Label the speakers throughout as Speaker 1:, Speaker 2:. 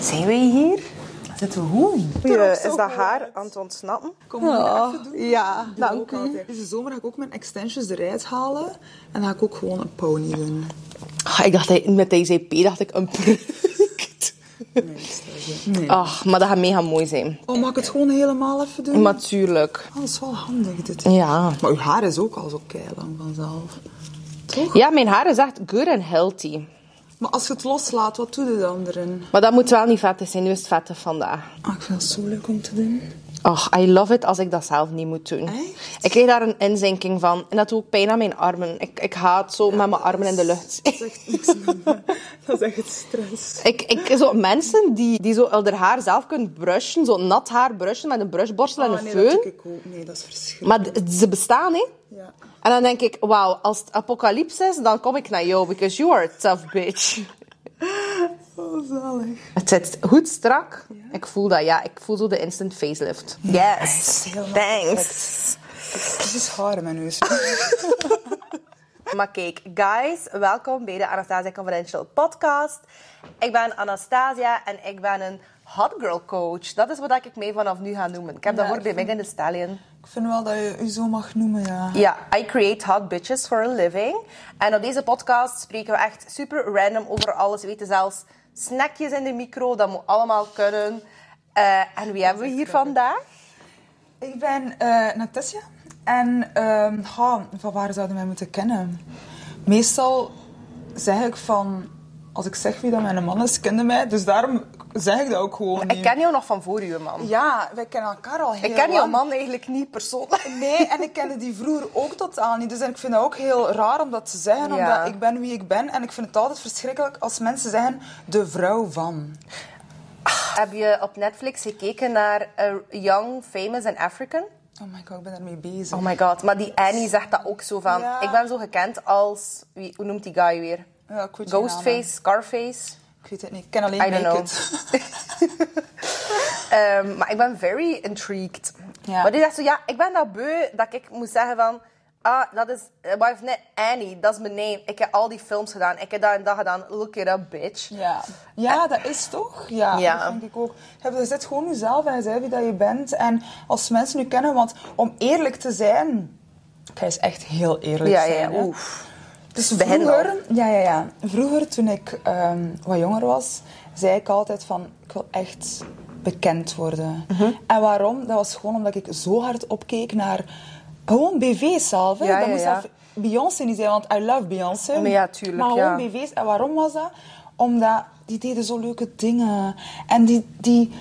Speaker 1: Zijn wij hier? Zitten we goed?
Speaker 2: Hier eh, is dat haar aan het ontsnappen.
Speaker 3: Kom maar
Speaker 1: Ja.
Speaker 3: even doen.
Speaker 2: Ja,
Speaker 3: Dat ook altijd. Deze zomer ga ik ook mijn extensions eruit halen. En ga ik ook gewoon een pony doen.
Speaker 1: Ah, ik dacht, dat- met deze IP dacht ik een product.
Speaker 3: Nee.
Speaker 1: Ach, maar dat gaat mega mooi zijn.
Speaker 3: Oh, mag ik het gewoon helemaal even doen?
Speaker 1: Maar tuurlijk.
Speaker 3: Oh, dat is wel handig dit.
Speaker 1: Ja.
Speaker 3: Maar uw haar is ook al zo keilang vanzelf. Toch?
Speaker 1: Ja, mijn haar is echt good and healthy.
Speaker 3: Maar als je het loslaat, wat doe je dan erin?
Speaker 1: Maar dat moet wel niet vettig zijn. Nu is het vettig vandaag.
Speaker 3: Ah, ik vind het zo leuk om te doen.
Speaker 1: Ach, I love it als ik dat zelf niet moet doen.
Speaker 3: Echt?
Speaker 1: Ik kreeg daar een inzinking van. En dat doet ook pijn aan mijn armen. Ik, ik haat zo met mijn armen in de lucht.
Speaker 3: Dat is echt niks minder. Dat is echt stress.
Speaker 1: Ik, ik, zo mensen die, die zo hun haar zelf kunnen brushen, zo nat haar brushen met een brushborstel en
Speaker 3: Ah,
Speaker 1: een
Speaker 3: nee, dat
Speaker 1: föhn.
Speaker 3: doe ik ook. Nee, dat is verschrikkelijk.
Speaker 1: Maar d- ze bestaan, hè?
Speaker 3: Ja.
Speaker 1: En dan denk ik, wauw, als het apocalypse is, dan kom ik naar jou, because you are a tough bitch.
Speaker 3: Oh, zalig.
Speaker 1: Het zit goed strak. Ik voel dat, ja. Ik voel zo de instant facelift. Yes, thanks.
Speaker 3: Het is haar in mijn neus.
Speaker 1: Maar kijk, guys, welkom bij de Anastasia Confidential podcast. Ik ben Anastasia en ik ben een hot girl coach. Dat is wat ik mij vanaf nu ga noemen. Ik heb dat
Speaker 3: Ja,
Speaker 1: woord bij Megan Thee Stallion.
Speaker 3: Ik vind wel dat je je zo mag noemen, ja.
Speaker 1: Ja, I create hot bitches for a living. En op deze podcast spreken we echt super random over alles. We weten zelfs snackjes in de micro, dat moet allemaal kunnen. Eh, en wie hebben we hier vandaag?
Speaker 3: Ik ben eh Natasja. En ehm, ha, van waar zouden wij moeten kennen? Meestal zeg ik van... Als ik zeg wie dat mijn man is, kende mij. Dus daarom zeg ik dat ook gewoon
Speaker 1: Ik
Speaker 3: niet.
Speaker 1: ken jou nog van voor uw man.
Speaker 3: Ja, wij kennen elkaar al heel
Speaker 1: Ik ken jouw
Speaker 3: lang.
Speaker 1: man eigenlijk niet persoonlijk.
Speaker 3: Nee, en ik kende die vroeger ook totaal niet. Dus en ik vind dat ook heel raar om dat te
Speaker 1: Ja.
Speaker 3: zeggen, omdat ik ben wie ik ben. En ik vind het altijd verschrikkelijk als mensen zeggen, de vrouw van.
Speaker 1: Heb je op Netflix gekeken naar eh, Young, Famous and African?
Speaker 3: Oh my god, ik ben daarmee bezig.
Speaker 1: Oh my god, maar die Annie zegt dat ook zo van.
Speaker 3: Ja.
Speaker 1: Ik ben zo gekend als. Wie, hoe noemt die guy weer?
Speaker 3: Ja, ik weet die naam
Speaker 1: Ghostface, Scarface.
Speaker 3: niet. Ik weet het niet, ik ken alleen
Speaker 1: I don't
Speaker 3: Naked.
Speaker 1: Ehm, maar ik ben very intrigued.
Speaker 3: Ja.
Speaker 1: Maar die dacht zo, ja, ik ben dat beu dat ik moet zeggen van... Ah, dat is... eh, wife net Annie, dat is mijn name. Ik heb al die films gedaan. Ik heb dat en dat gedaan. Look it up, bitch.
Speaker 3: Ja. ja, dat is toch? Ja,
Speaker 1: Ja.
Speaker 3: dat denk ik ook. Je hebt- je zit gewoon jezelf en je zei wie dat je bent. En als mensen nu kennen, want om eerlijk te zijn... Ik ga eens echt heel eerlijk
Speaker 1: Ja, ja,
Speaker 3: zijn. hè.
Speaker 1: oef.
Speaker 3: Dus
Speaker 1: Bij hen
Speaker 3: vroeger, ja, ja, ja. vroeger toen ik ehm, wat jonger was, zei ik altijd van ik wil echt bekend worden.
Speaker 1: Mhm.
Speaker 3: En waarom? Dat was gewoon omdat ik zo hard opkeek naar gewoon BV's zelf. Hè?
Speaker 1: Ja,
Speaker 3: dat
Speaker 1: ja,
Speaker 3: moest
Speaker 1: ja.
Speaker 3: zelf Beyoncé niet zijn, want I love Beyoncé.
Speaker 1: Maar ja, tuurlijk,
Speaker 3: Maar gewoon
Speaker 1: ja.
Speaker 3: BV's. En waarom was dat? Omdat die deden zo leuke dingen. En die, die,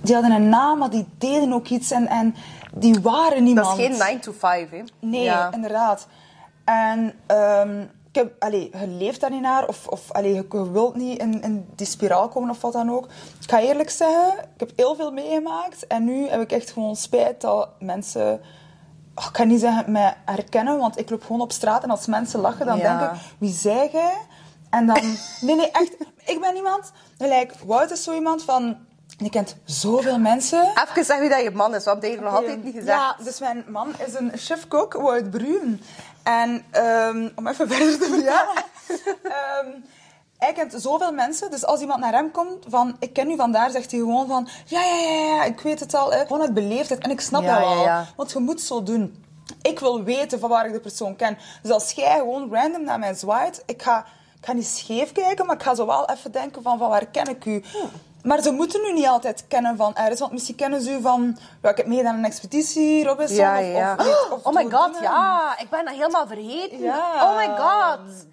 Speaker 3: die hadden een naam, maar die deden ook iets. En, en die waren
Speaker 1: Dat
Speaker 3: niemand.
Speaker 1: is geen 9 to 5, hè?
Speaker 3: Nee,
Speaker 1: Ja.
Speaker 3: inderdaad. En ehm, ik heb, allee, je leeft daar niet naar, of, of allee, je, je wilt niet in, in die spiraal komen of wat dan ook. Ik ga eerlijk zeggen, ik heb heel veel meegemaakt en nu heb ik echt gewoon spijt dat mensen. oh, ik kan niet zeggen mij herkennen, want ik loop gewoon op straat en als mensen lachen, dan
Speaker 1: Ja.
Speaker 3: denk ik, wie zei jij? En dan, nee, nee, echt, ik ben iemand, gelijk, Wout is zo iemand van, die kent zoveel mensen.
Speaker 1: Even zeg wie dat je man is, want dat heb je nog altijd niet gezegd.
Speaker 3: Ja, dus mijn man is een chefkok uit Bruin. En ehm, om even verder te vertellen. ehm, hij kent zoveel mensen, dus als iemand naar hem komt van ik ken u vandaar, zegt hij gewoon van ja, ja, ja, ja ik weet het al. hè. Gewoon uit beleefdheid. En ik snap
Speaker 1: Ja,
Speaker 3: dat
Speaker 1: ja,
Speaker 3: wel,
Speaker 1: ja.
Speaker 3: want je moet zo doen. Ik wil weten van waar ik de persoon ken. Dus als jij gewoon random naar mij zwaait, ik ga, ik ga niet scheef kijken, maar ik ga zo wel even denken van, van waar ken ik u? Maar ze moeten u niet altijd kennen van ergens, want misschien kennen ze u van, ja, ik heb meegedaan aan een expeditie, Robinson,
Speaker 1: Ja,
Speaker 3: of-
Speaker 1: ja.
Speaker 3: of, weet- of
Speaker 1: oh my
Speaker 3: door
Speaker 1: god,
Speaker 3: dingen.
Speaker 1: ja. Ik ben dat helemaal vergeten.
Speaker 3: Ja.
Speaker 1: Oh my god.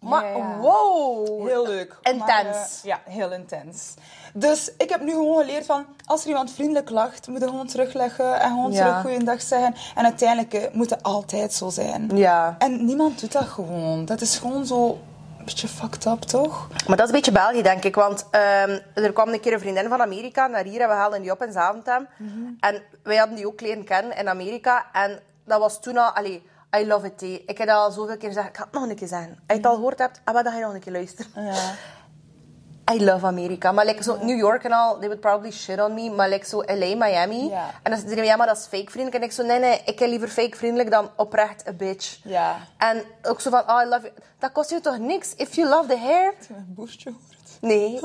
Speaker 1: Maar,
Speaker 3: Ja, ja.
Speaker 1: wow.
Speaker 3: Heel leuk.
Speaker 1: Intens.
Speaker 3: Maar, eh, ja, heel intens. Dus ik heb nu gewoon geleerd van, als er iemand vriendelijk lacht, moet je gewoon terugleggen en gewoon
Speaker 1: Ja.
Speaker 3: terug goeiedag zeggen. En uiteindelijk eh, moet het altijd zo zijn.
Speaker 1: Ja.
Speaker 3: En niemand doet dat gewoon. Dat is gewoon zo een beetje fucked up, toch?
Speaker 1: Maar dat is een beetje België, denk ik. Want ehm, er kwam een keer een vriendin van Amerika naar hier en we haalden die op in Zaventem.
Speaker 3: Mhm.
Speaker 1: En wij hadden die ook leren kennen in Amerika. En dat was toen al... Allee, I love it, hé. Ik heb dat al zoveel keer gezegd. Ik ga het nog een keer zeggen. Als je het al gehoord hebt, ah, maar dan ga je nog een keer luisteren.
Speaker 3: Mhm. Oh, Ja.
Speaker 1: I love Amerika. Maar like, zo New York en al, they would probably shit on me. Maar like, zo LA, Miami.
Speaker 3: Ja.
Speaker 1: En dan zeiden ze, ja, maar dat is fake vriendelijk. En ik zo, nee, nee, ik heb liever fake vriendelijk dan oprecht a bitch.
Speaker 3: Ja.
Speaker 1: ah, En ook zo van, oh, I love you. Dat kost je toch niks? If you love the hair,
Speaker 3: Mijn boertje hoort.
Speaker 1: Nee,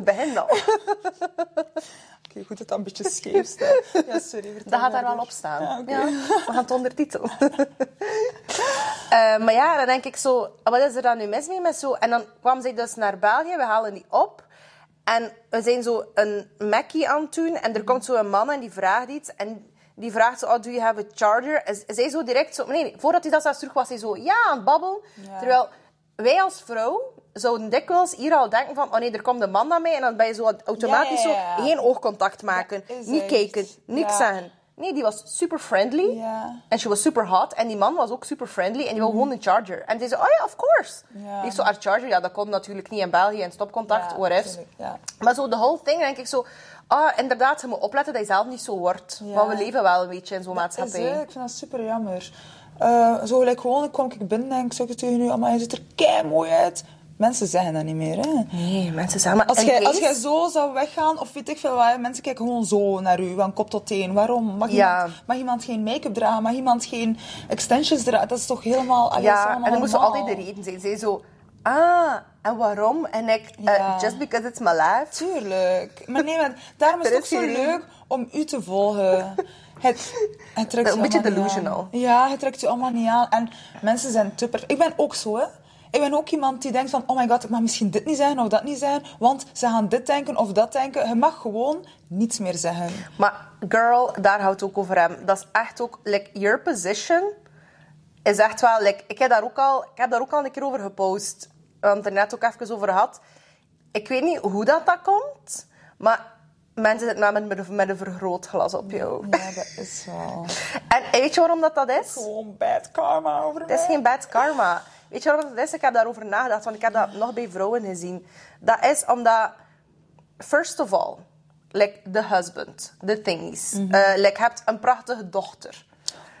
Speaker 1: bijna.
Speaker 3: Oké, goed dat dat een beetje scheef staat. Ja, sorry. vertel
Speaker 1: Dat gaat daar
Speaker 3: maar
Speaker 1: wel
Speaker 3: door.
Speaker 1: op staan. Ja,
Speaker 3: Ja, oké.
Speaker 1: we gaan het ondertitelen. Eh, maar ja, dan denk ik zo, ah, wat is er dan nu mis mee met zo? En dan kwam zij dus naar België, we halen die op. En we zijn zo een Mackie aan het doen. En er komt zo een man en die vraagt iets. En die vraagt zo, oh, do you have a charger? En z- zij zo direct zo, nee, nee, voordat hij dat zelfs terug was, zij zo, ja, aan het babbelen.
Speaker 3: Ja.
Speaker 1: Terwijl wij als vrouw zouden dikwijls hier al denken van, oh nee, er komt een man naar mij. En dan ben je zo automatisch
Speaker 3: Ja, ja, ja.
Speaker 1: zo, geen oogcontact maken,
Speaker 3: Ja, is
Speaker 1: niet
Speaker 3: echt.
Speaker 1: kijken, niks
Speaker 3: Ja.
Speaker 1: zeggen. Nee, die was super friendly.
Speaker 3: Ja. Mhm.
Speaker 1: En she was super hot. En die man was ook super friendly. En die wilde gewoon een charger. En die zei, oh ja, of course.
Speaker 3: Ja.
Speaker 1: Die heeft zo haar charger. Ja, dat kon natuurlijk niet in België. En stopcontact,
Speaker 3: Ja,
Speaker 1: whatever.
Speaker 3: tuurlijk, ja.
Speaker 1: Maar zo de whole thing, denk ik zo... Ah, inderdaad, je moet opletten dat je zelf niet zo wordt.
Speaker 3: Ja.
Speaker 1: Want we leven wel een beetje in zo'n
Speaker 3: Is,
Speaker 1: maatschappij.
Speaker 3: hè, ik vind dat super jammer. Eh, zo gelijk gewoon kwam ik binnen en ik zeg tegen u, maar je ziet er kei mooi uit. Mensen zeggen dat niet meer. Hè.
Speaker 1: Nee, mensen zeggen... Maar
Speaker 3: Als
Speaker 1: in
Speaker 3: jij, als
Speaker 1: case-
Speaker 3: jij zo zou weggaan, of weet ik veel wat, hè, mensen kijken gewoon zo naar u, van kop tot teen. Waarom? Mag,
Speaker 1: Ja.
Speaker 3: iemand, mag iemand geen make-up dragen? Mag iemand geen extensions dragen? Dat is toch helemaal... allee, dat is
Speaker 1: Ja, en
Speaker 3: allemaal
Speaker 1: dan moest ze
Speaker 3: normaal.
Speaker 1: altijd de reden zijn. Zij zo... Ah, en waarom? En ik... eh,
Speaker 3: Ja.
Speaker 1: just because it's my life.
Speaker 3: Tuurlijk. Maar nee, maar daarom is
Speaker 1: Er
Speaker 3: het ook
Speaker 1: is
Speaker 3: zo
Speaker 1: geen-
Speaker 3: leuk om u te volgen. Het, het trekt
Speaker 1: Een beetje
Speaker 3: je allemaal niet
Speaker 1: delusional.
Speaker 3: aan. Ja, het trekt je allemaal niet aan. En mensen zijn te per- Ik ben ook zo, hè. Ik ben ook iemand die denkt van, oh my god, ik mag misschien dit niet zeggen of dat niet zeggen, want ze gaan dit denken of dat denken. Je mag gewoon niets meer zeggen.
Speaker 1: Maar girl, daar houdt ook over hem. Dat is echt ook, like, your position is echt wel, like, ik heb daar ook al, ik heb daar ook al een keer over gepost. Want er net ook even over had. Ik weet niet hoe dat, dat komt, maar mensen zitten wel met, met, een- met een vergrootglas op jou.
Speaker 3: Ja, dat is wel...
Speaker 1: En weet je waarom dat, dat is?
Speaker 3: Gewoon bad karma over
Speaker 1: Het is
Speaker 3: mij.
Speaker 1: geen bad karma. Weet je waarom dat is? Ik heb daarover nagedacht, want ik heb dat nog bij vrouwen gezien. Dat is omdat, first of all, like the husband, the thingies. Eh, like, je hebt een prachtige dochter.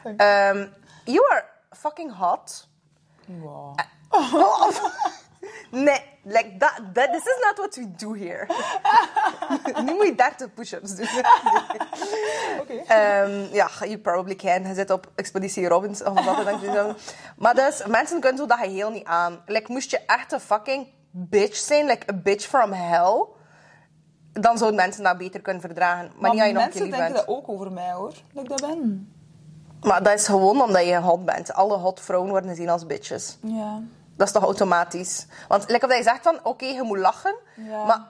Speaker 3: Dank
Speaker 1: Ehm, you are fucking hot.
Speaker 3: Wow.
Speaker 1: Nee, like that, that, this is not what we do here. nu moet je 30 push-ups doen.
Speaker 3: Oké.
Speaker 1: dus Ehm, ja, you probably can. Je zit op Expeditie Robbins of wat dan ook. zo. Maar dus, mensen kunnen zo dat geheel niet aan. Like, moest je echt een fucking bitch zijn, like a bitch from hell, dan zouden mensen dat beter kunnen verdragen. Maar, niet
Speaker 3: Maar
Speaker 1: als je nog een keer
Speaker 3: mensen
Speaker 1: lief
Speaker 3: denken
Speaker 1: bent.
Speaker 3: dat ook over mij, hoor. Dat ik dat ben.
Speaker 1: Maar dat is gewoon omdat je hot bent. Alle hot vrouwen worden gezien als bitches.
Speaker 3: Ja.
Speaker 1: Dat is toch automatisch? Want lekker dat je zegt van, oké, je moet lachen.
Speaker 3: Ja.
Speaker 1: Maar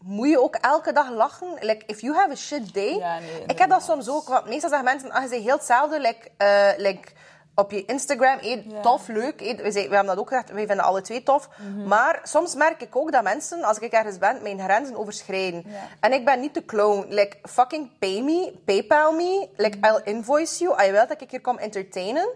Speaker 1: moet je ook elke dag lachen? Like, if you have a shit day...
Speaker 3: Ja, nee,
Speaker 1: ik heb dat
Speaker 3: inderdaad.
Speaker 1: soms ook. Want meestal zeggen mensen, ah, je bent heel hetzelfde. Like, eh, like, op je Instagram, eh,
Speaker 3: Ja.
Speaker 1: tof, leuk. eh, we, zei- we hebben dat ook gezegd, wij vinden alle twee tof.
Speaker 3: Mhm.
Speaker 1: Maar soms merk ik ook dat mensen, als ik ergens ben, mijn grenzen overschrijden.
Speaker 3: Ja.
Speaker 1: En ik ben niet de clown. Like, fucking pay me, paypal me. Like,
Speaker 3: Mhm.
Speaker 1: I'll invoice you. I wil dat ik hier kom entertainen.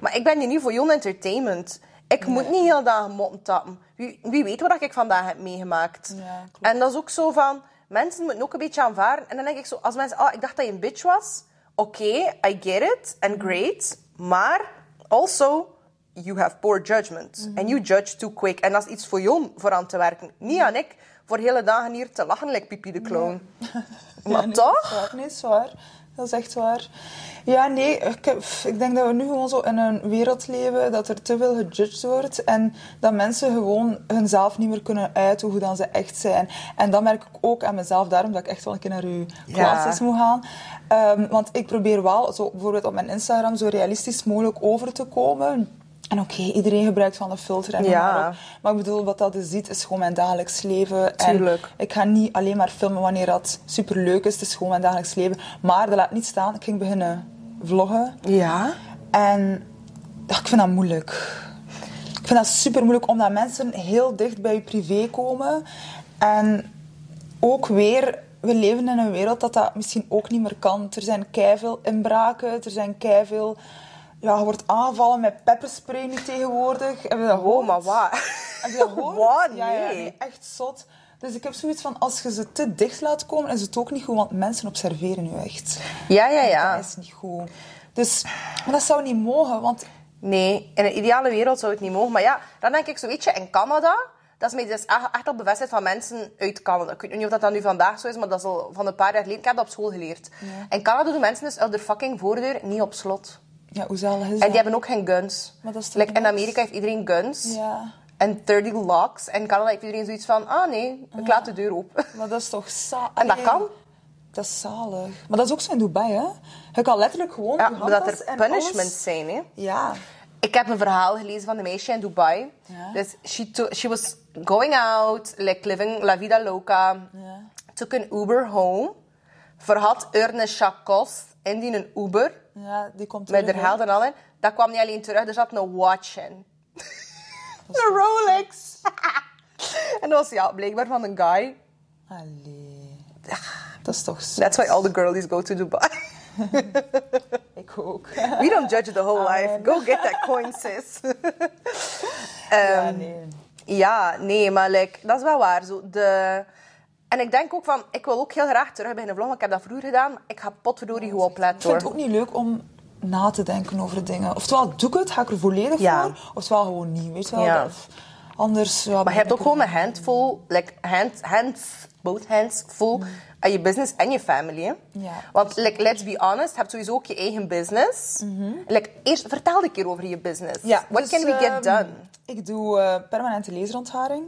Speaker 1: Maar ik ben hier niet voor jouw entertainment. Ik moet niet heel dagen moppen tappen. Wie, wie weet wat ik vandaag heb meegemaakt.
Speaker 3: Ja, klopt.
Speaker 1: en dat is ook zo van... Mensen moeten ook een beetje aanvaarden. En dan denk ik zo, als mensen... Ah, ik dacht dat je een bitch was. Oké, I get it.
Speaker 3: Mhm.
Speaker 1: And great. Maar also... You have poor judgment.
Speaker 3: Mhm.
Speaker 1: And you judge too quick. En dat is iets voor jou om voor aan te werken. Niet
Speaker 3: Mhm.
Speaker 1: aan ik voor hele dagen hier te lachen, like Pipi de Clown. Maar
Speaker 3: Ja, nee, dat is
Speaker 1: toch?
Speaker 3: waar. Nee, dat is waar. Dat is echt waar. Ja, nee, ik, heb- pff, ik denk dat we nu gewoon zo in een wereld leven dat er te veel gejudged wordt en dat mensen gewoon hunzelf niet meer kunnen uiten hoe dan ze echt zijn. En dat merk ik ook aan mezelf, daarom dat ik echt wel een keer naar uw classes moet gaan. Ehm, want ik probeer wel, zo, bijvoorbeeld op mijn Instagram, zo realistisch mogelijk over te komen. En oké, iedereen gebruikt van een filter en noem
Speaker 1: Ja.
Speaker 3: maar op. Maar ik bedoel, wat dat dus ziet, is gewoon mijn dagelijks leven.
Speaker 1: Tuurlijk.
Speaker 3: En ik ga niet alleen maar filmen wanneer dat superleuk is. Het is gewoon mijn dagelijks leven. Maar dat laat niet staan. Ik ging beginnen vloggen.
Speaker 1: Ja.
Speaker 3: En ja, ik vind dat moeilijk. Ik vind dat super moeilijk, omdat mensen heel dicht bij je privé komen. En ook weer, we leven in een wereld dat dat misschien ook niet meer kan. Er zijn keiveel inbraken, er zijn keiveel... Ja, je wordt aangevallen met pepperspray nu tegenwoordig. Heb je dat gehoord?
Speaker 1: Oh, maar waar?
Speaker 3: Heb je dat gehoord?
Speaker 1: Wat?
Speaker 3: Ja, ja,
Speaker 1: Nee.
Speaker 3: nee, echt zot. Dus ik heb zoiets van, als je ze te dicht laat komen, is het ook niet goed, want mensen observeren je echt.
Speaker 1: Ja, ja, ja.
Speaker 3: Dat is niet goed. Dus maar dat zou niet mogen, want
Speaker 1: Nee, in een ideale wereld zou het niet mogen. Maar ja, dan denk ik zo, weet je, in Canada... Dat is mij dus echt echt al bevestigd van mensen uit Canada. Ik weet nu niet of dat, dat nu vandaag zo is, maar dat is al van een paar jaar geleden. Ik heb dat op school geleerd. In Canada doen mensen dus de fucking voordeur niet op slot.
Speaker 3: ja, hoe zalig is
Speaker 1: En
Speaker 3: dat?
Speaker 1: die hebben dus- ook geen guns.
Speaker 3: Maar dat is toch
Speaker 1: like, in
Speaker 3: niks?
Speaker 1: Amerika heeft iedereen guns.
Speaker 3: Ja.
Speaker 1: En en 30 locks. En in Canada heeft iedereen zoiets van, ah nee, ik laat de deur open.
Speaker 3: Maar dat is toch zalig?
Speaker 1: En dat kan.
Speaker 3: Dat is zalig. Maar dat is ook zo in Dubai, hè? Je kan letterlijk gewoon
Speaker 1: Ja,
Speaker 3: je
Speaker 1: maar dat
Speaker 3: handtas
Speaker 1: er
Speaker 3: en
Speaker 1: punishments
Speaker 3: alles-
Speaker 1: zijn, hè.
Speaker 3: Ja.
Speaker 1: Ik heb een verhaal gelezen van een meisje in Dubai.
Speaker 3: Ja.
Speaker 1: Dus she, to- she was going out, like living la vida loca.
Speaker 3: Ja.
Speaker 1: Took an Uber home. Verhad urne chakos in die een Uber.
Speaker 3: ja, die komt
Speaker 1: Met
Speaker 3: terug,
Speaker 1: haar
Speaker 3: hè.
Speaker 1: geld en al in. Dat kwam niet alleen terug, er zat een watch in. Een Rolex. en dat was ja, blijkbaar van een guy.
Speaker 3: Allee. Dat is toch zo.
Speaker 1: That's why all the girlies go to Dubai.
Speaker 3: Ik ook.
Speaker 1: We don't judge the whole life.
Speaker 3: Amen.
Speaker 1: Go get that coin, sis.
Speaker 3: Oh,
Speaker 1: Ehm,
Speaker 3: ja, nee.
Speaker 1: Ja, nee, maar like, dat is wel waar. Zo, de... En ik denk ook van, ik wil ook heel graag terug beginnen vloggen. Ik heb dat vroeger gedaan. maar Ik ga potverdorie goed
Speaker 3: Ik
Speaker 1: opletten
Speaker 3: vind
Speaker 1: hoor.
Speaker 3: het ook niet leuk om na te denken over dingen. Oftewel doe ik het, ga ik er volledig
Speaker 1: Ja.
Speaker 3: voor, oftewel gewoon niet. Weet je wel?
Speaker 1: Ja.
Speaker 3: Dat- anders... Ja,
Speaker 1: Maar je hebt ook gewoon een handful, like hand, hands, both hands full aan je business en je family. hè.
Speaker 3: Ja.
Speaker 1: Want like, let's be honest, je hebt sowieso ook je eigen business. like, eerst vertel een keer over je business.
Speaker 3: Mhm. Ja,
Speaker 1: What
Speaker 3: dus,
Speaker 1: can we
Speaker 3: ehm,
Speaker 1: get done?
Speaker 3: Ik doe eh, permanente leesontharing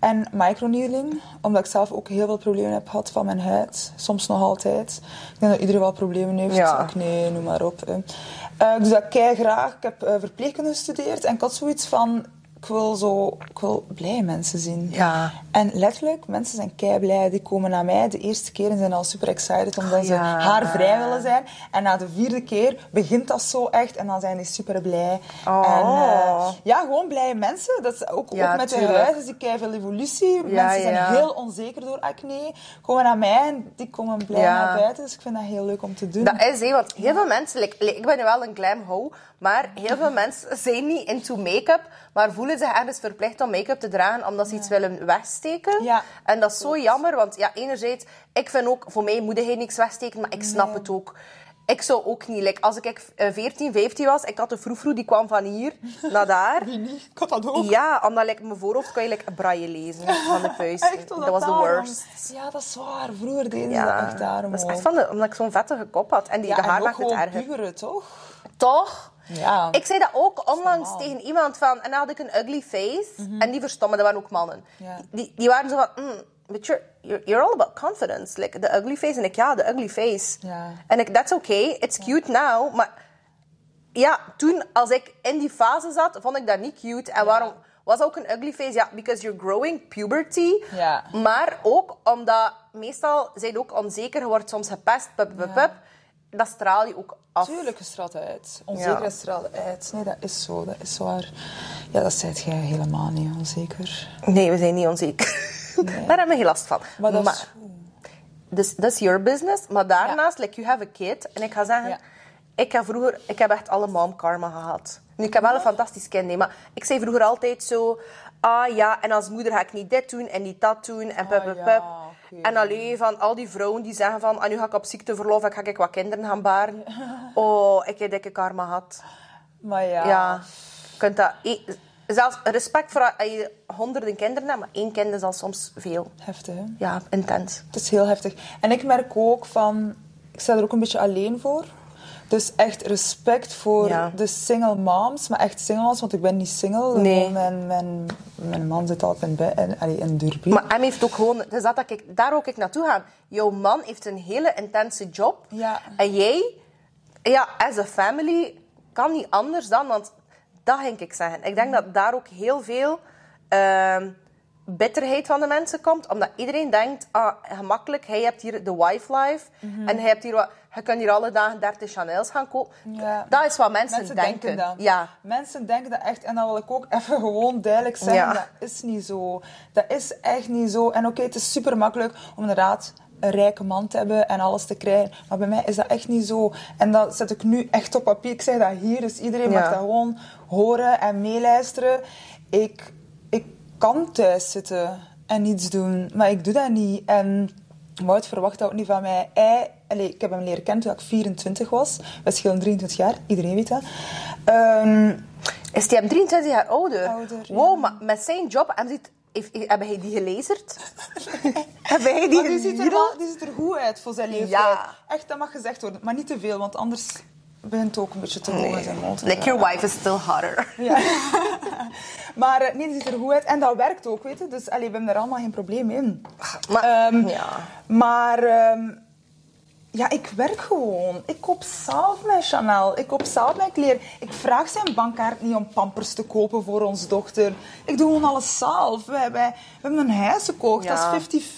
Speaker 3: en microneedling, omdat ik zelf ook heel veel problemen heb gehad van mijn huid. Soms nog altijd. Ik denk dat iedereen wel problemen heeft.
Speaker 1: Ja.
Speaker 3: Acne, noem maar op. hè. Eh, ik doe dat kei graag. Ik heb eh, verpleegkunde gestudeerd en ik had zoiets van. Ik wil, zo, ik wil blij mensen zien.
Speaker 1: Ja.
Speaker 3: En letterlijk, mensen zijn kei blij. Die komen naar mij de eerste keer en zijn al super excited omdat ze
Speaker 1: Ah, Ja.
Speaker 3: haarvrij willen zijn. En na de vierde keer begint dat zo echt en dan zijn die super blij.
Speaker 1: Oh.
Speaker 3: En, eh, ja, gewoon blije mensen. Dat is ook,
Speaker 1: Ja,
Speaker 3: ook met hun
Speaker 1: tuurlijk.
Speaker 3: huis is die keiveel evolutie.
Speaker 1: Ja,
Speaker 3: mensen zijn
Speaker 1: ja.
Speaker 3: heel onzeker door acne. Komen naar mij en die komen blij
Speaker 1: Ja.
Speaker 3: naar buiten. Dus ik vind dat heel leuk om te doen.
Speaker 1: Dat is, hè, want heel veel mensen... like, like, ik ben wel een glam hoe, maar heel veel mensen zijn niet into make-up, maar voelen zich ergens verplicht om make-up te dragen, omdat ze iets willen wegsteken.
Speaker 3: Ja.
Speaker 1: En dat is zo jammer, want ja, enerzijds... Ik vind ook, voor mij moet hij niks wegsteken, maar ik snap het ook. Ik zou ook niet... Like, als ik ik, eh, 14, 15 was, ik had een froefroe, die kwam van hier naar daar.
Speaker 3: Wie niet? Ik had dat ook.
Speaker 1: Ja, omdat like, mijn voorhoofd kon je like, braille lezen van de vuist.
Speaker 3: Echt,
Speaker 1: dat was de
Speaker 3: daarom?
Speaker 1: worst.
Speaker 3: Ja, dat is waar. Vroeger deden ze
Speaker 1: Ja,
Speaker 3: dat echt daarom
Speaker 1: dat is
Speaker 3: ook.
Speaker 1: echt van de, omdat ik zo'n vettige kop had. En die,
Speaker 3: ja,
Speaker 1: de haar
Speaker 3: en ook
Speaker 1: maakt het
Speaker 3: gewoon
Speaker 1: erger.
Speaker 3: puberen, toch?
Speaker 1: Toch?
Speaker 3: Ja.
Speaker 1: Ik zei dat ook onlangs
Speaker 3: normaal. Mhm.
Speaker 1: tegen iemand van... En dan had ik een ugly face. En die verstommen, dat waren ook mannen.
Speaker 3: Ja.
Speaker 1: Die, die waren zo van... "Mm, but you're, you're, you're all about confidence. Like, the ugly face. En ik, ja, the ugly face.
Speaker 3: Ja.
Speaker 1: En ik, that's okay. It's cute now. Maar ja, toen, als ik in die fase zat, vond ik dat niet cute. En waarom... Was ook een ugly face, ja, because you're growing puberty.
Speaker 3: Ja.
Speaker 1: Maar ook omdat meestal zijn je ook onzeker, je wordt soms gepest, pup, pup, pup. Dat straal je ook af.
Speaker 3: Tuurlijk, straat uit. Onzeker
Speaker 1: Ja.
Speaker 3: ja. uit. Nee, dat is zo. Dat is waar. Ja, dat zei jij helemaal niet, onzeker.
Speaker 1: Nee, we zijn niet onzeker. Daar hebben we geen last van.
Speaker 3: Maar dat is
Speaker 1: dus dat is your business. Maar daarnaast, like you have a kid. En ik ga zeggen,
Speaker 3: Ja.
Speaker 1: ik heb vroeger, ik heb echt alle mom karma gehad. Nu, ik heb wel een fantastisch kind, nee, maar ik zei vroeger altijd zo... Ah ja, en als moeder ga ik niet dit doen en niet dat doen en pup,
Speaker 3: Ah,
Speaker 1: pup,
Speaker 3: ja,
Speaker 1: pup.
Speaker 3: oké.
Speaker 1: En alleen van al die vrouwen die zeggen van... Ah, nu ga ik op ziekteverlof en ga ik wat kinderen gaan baren. Oh, ik heb dikke karma gehad.
Speaker 3: Maar ja.
Speaker 1: Ja, je kunt dat. e- Zelfs respect voor dat je honderden kinderen hebt, maar één kind is al soms veel.
Speaker 3: Heftig, hè?
Speaker 1: Ja, intens.
Speaker 3: Het is heel heftig. En ik merk ook van... Ik sta er ook een beetje alleen voor. Dus echt respect voor
Speaker 1: Ja.
Speaker 3: de single moms. Maar echt single moms, want ik ben niet single.
Speaker 1: Nee.
Speaker 3: Mijn, mijn, mijn man zit altijd in, bed- in, allee, in Durban.
Speaker 1: Maar hem heeft ook gewoon, dus dat dat ik, daar ook ik naartoe gaan. Jouw man heeft een hele intense job.
Speaker 3: Ja.
Speaker 1: En jij, ja, as a family, kan niet anders dan, want dat ging ik zeggen. Ik denk dat daar ook heel veel ehm, bitterheid van de mensen komt, omdat iedereen denkt, ah, gemakkelijk, hij hebt hier de wife life
Speaker 3: Mhm.
Speaker 1: en hij hebt hier wat, je kunt hier alle dagen 30 Chanel's gaan kopen.
Speaker 3: Ja.
Speaker 1: Dat is wat mensen,
Speaker 3: Mensen denken, dat.
Speaker 1: Ja.
Speaker 3: Mensen denken dat echt. En dat wil ik ook even gewoon duidelijk zeggen.
Speaker 1: Ja.
Speaker 3: Dat is niet zo. Dat is echt niet zo. En oké, het is super makkelijk om inderdaad een rijke man te hebben en alles te krijgen. Maar bij mij is dat echt niet zo. En dat zet ik nu echt op papier. Ik zeg dat hier, dus iedereen
Speaker 1: Ja.
Speaker 3: mag dat gewoon horen en meeluisteren. Ik, ik kan thuis zitten en niets doen, maar ik doe dat niet. En Wout verwacht dat ook niet van mij. Hij, allee, ik heb hem leren kennen toen ik 24 was. We schelen 23 jaar, iedereen weet dat. Ehm,
Speaker 1: Is die hem 23 jaar ouder?
Speaker 3: Ouder, ja.
Speaker 1: wow, maar met zijn job, hem ziet, heeft, hebben hij die gelezerd? hebben hij die
Speaker 3: maar die ziet, er
Speaker 1: gedaan?
Speaker 3: wel, die ziet er goed uit voor zijn leeftijd.
Speaker 1: Ja.
Speaker 3: Echt, dat mag gezegd worden. Maar niet te veel, want anders begint ook een beetje te hoog in zijn mond.
Speaker 1: Like your wife is still hotter.
Speaker 3: Ja. maar eh, nee, het ziet er goed uit. En dat werkt ook, weet je. Dus allee, we hebben er allemaal geen probleem in.
Speaker 1: Maar,
Speaker 3: Ehm,
Speaker 1: ja.
Speaker 3: Maar ehm, ja, ik werk gewoon. Ik koop zelf mijn Chanel. Ik koop zelf mijn kleren. Ik vraag zijn bankkaart niet om pampers te kopen voor ons dochter. Ik doe gewoon alles zelf. Wij, wij, we hebben een huis gekocht.
Speaker 1: Ja.
Speaker 3: Dat is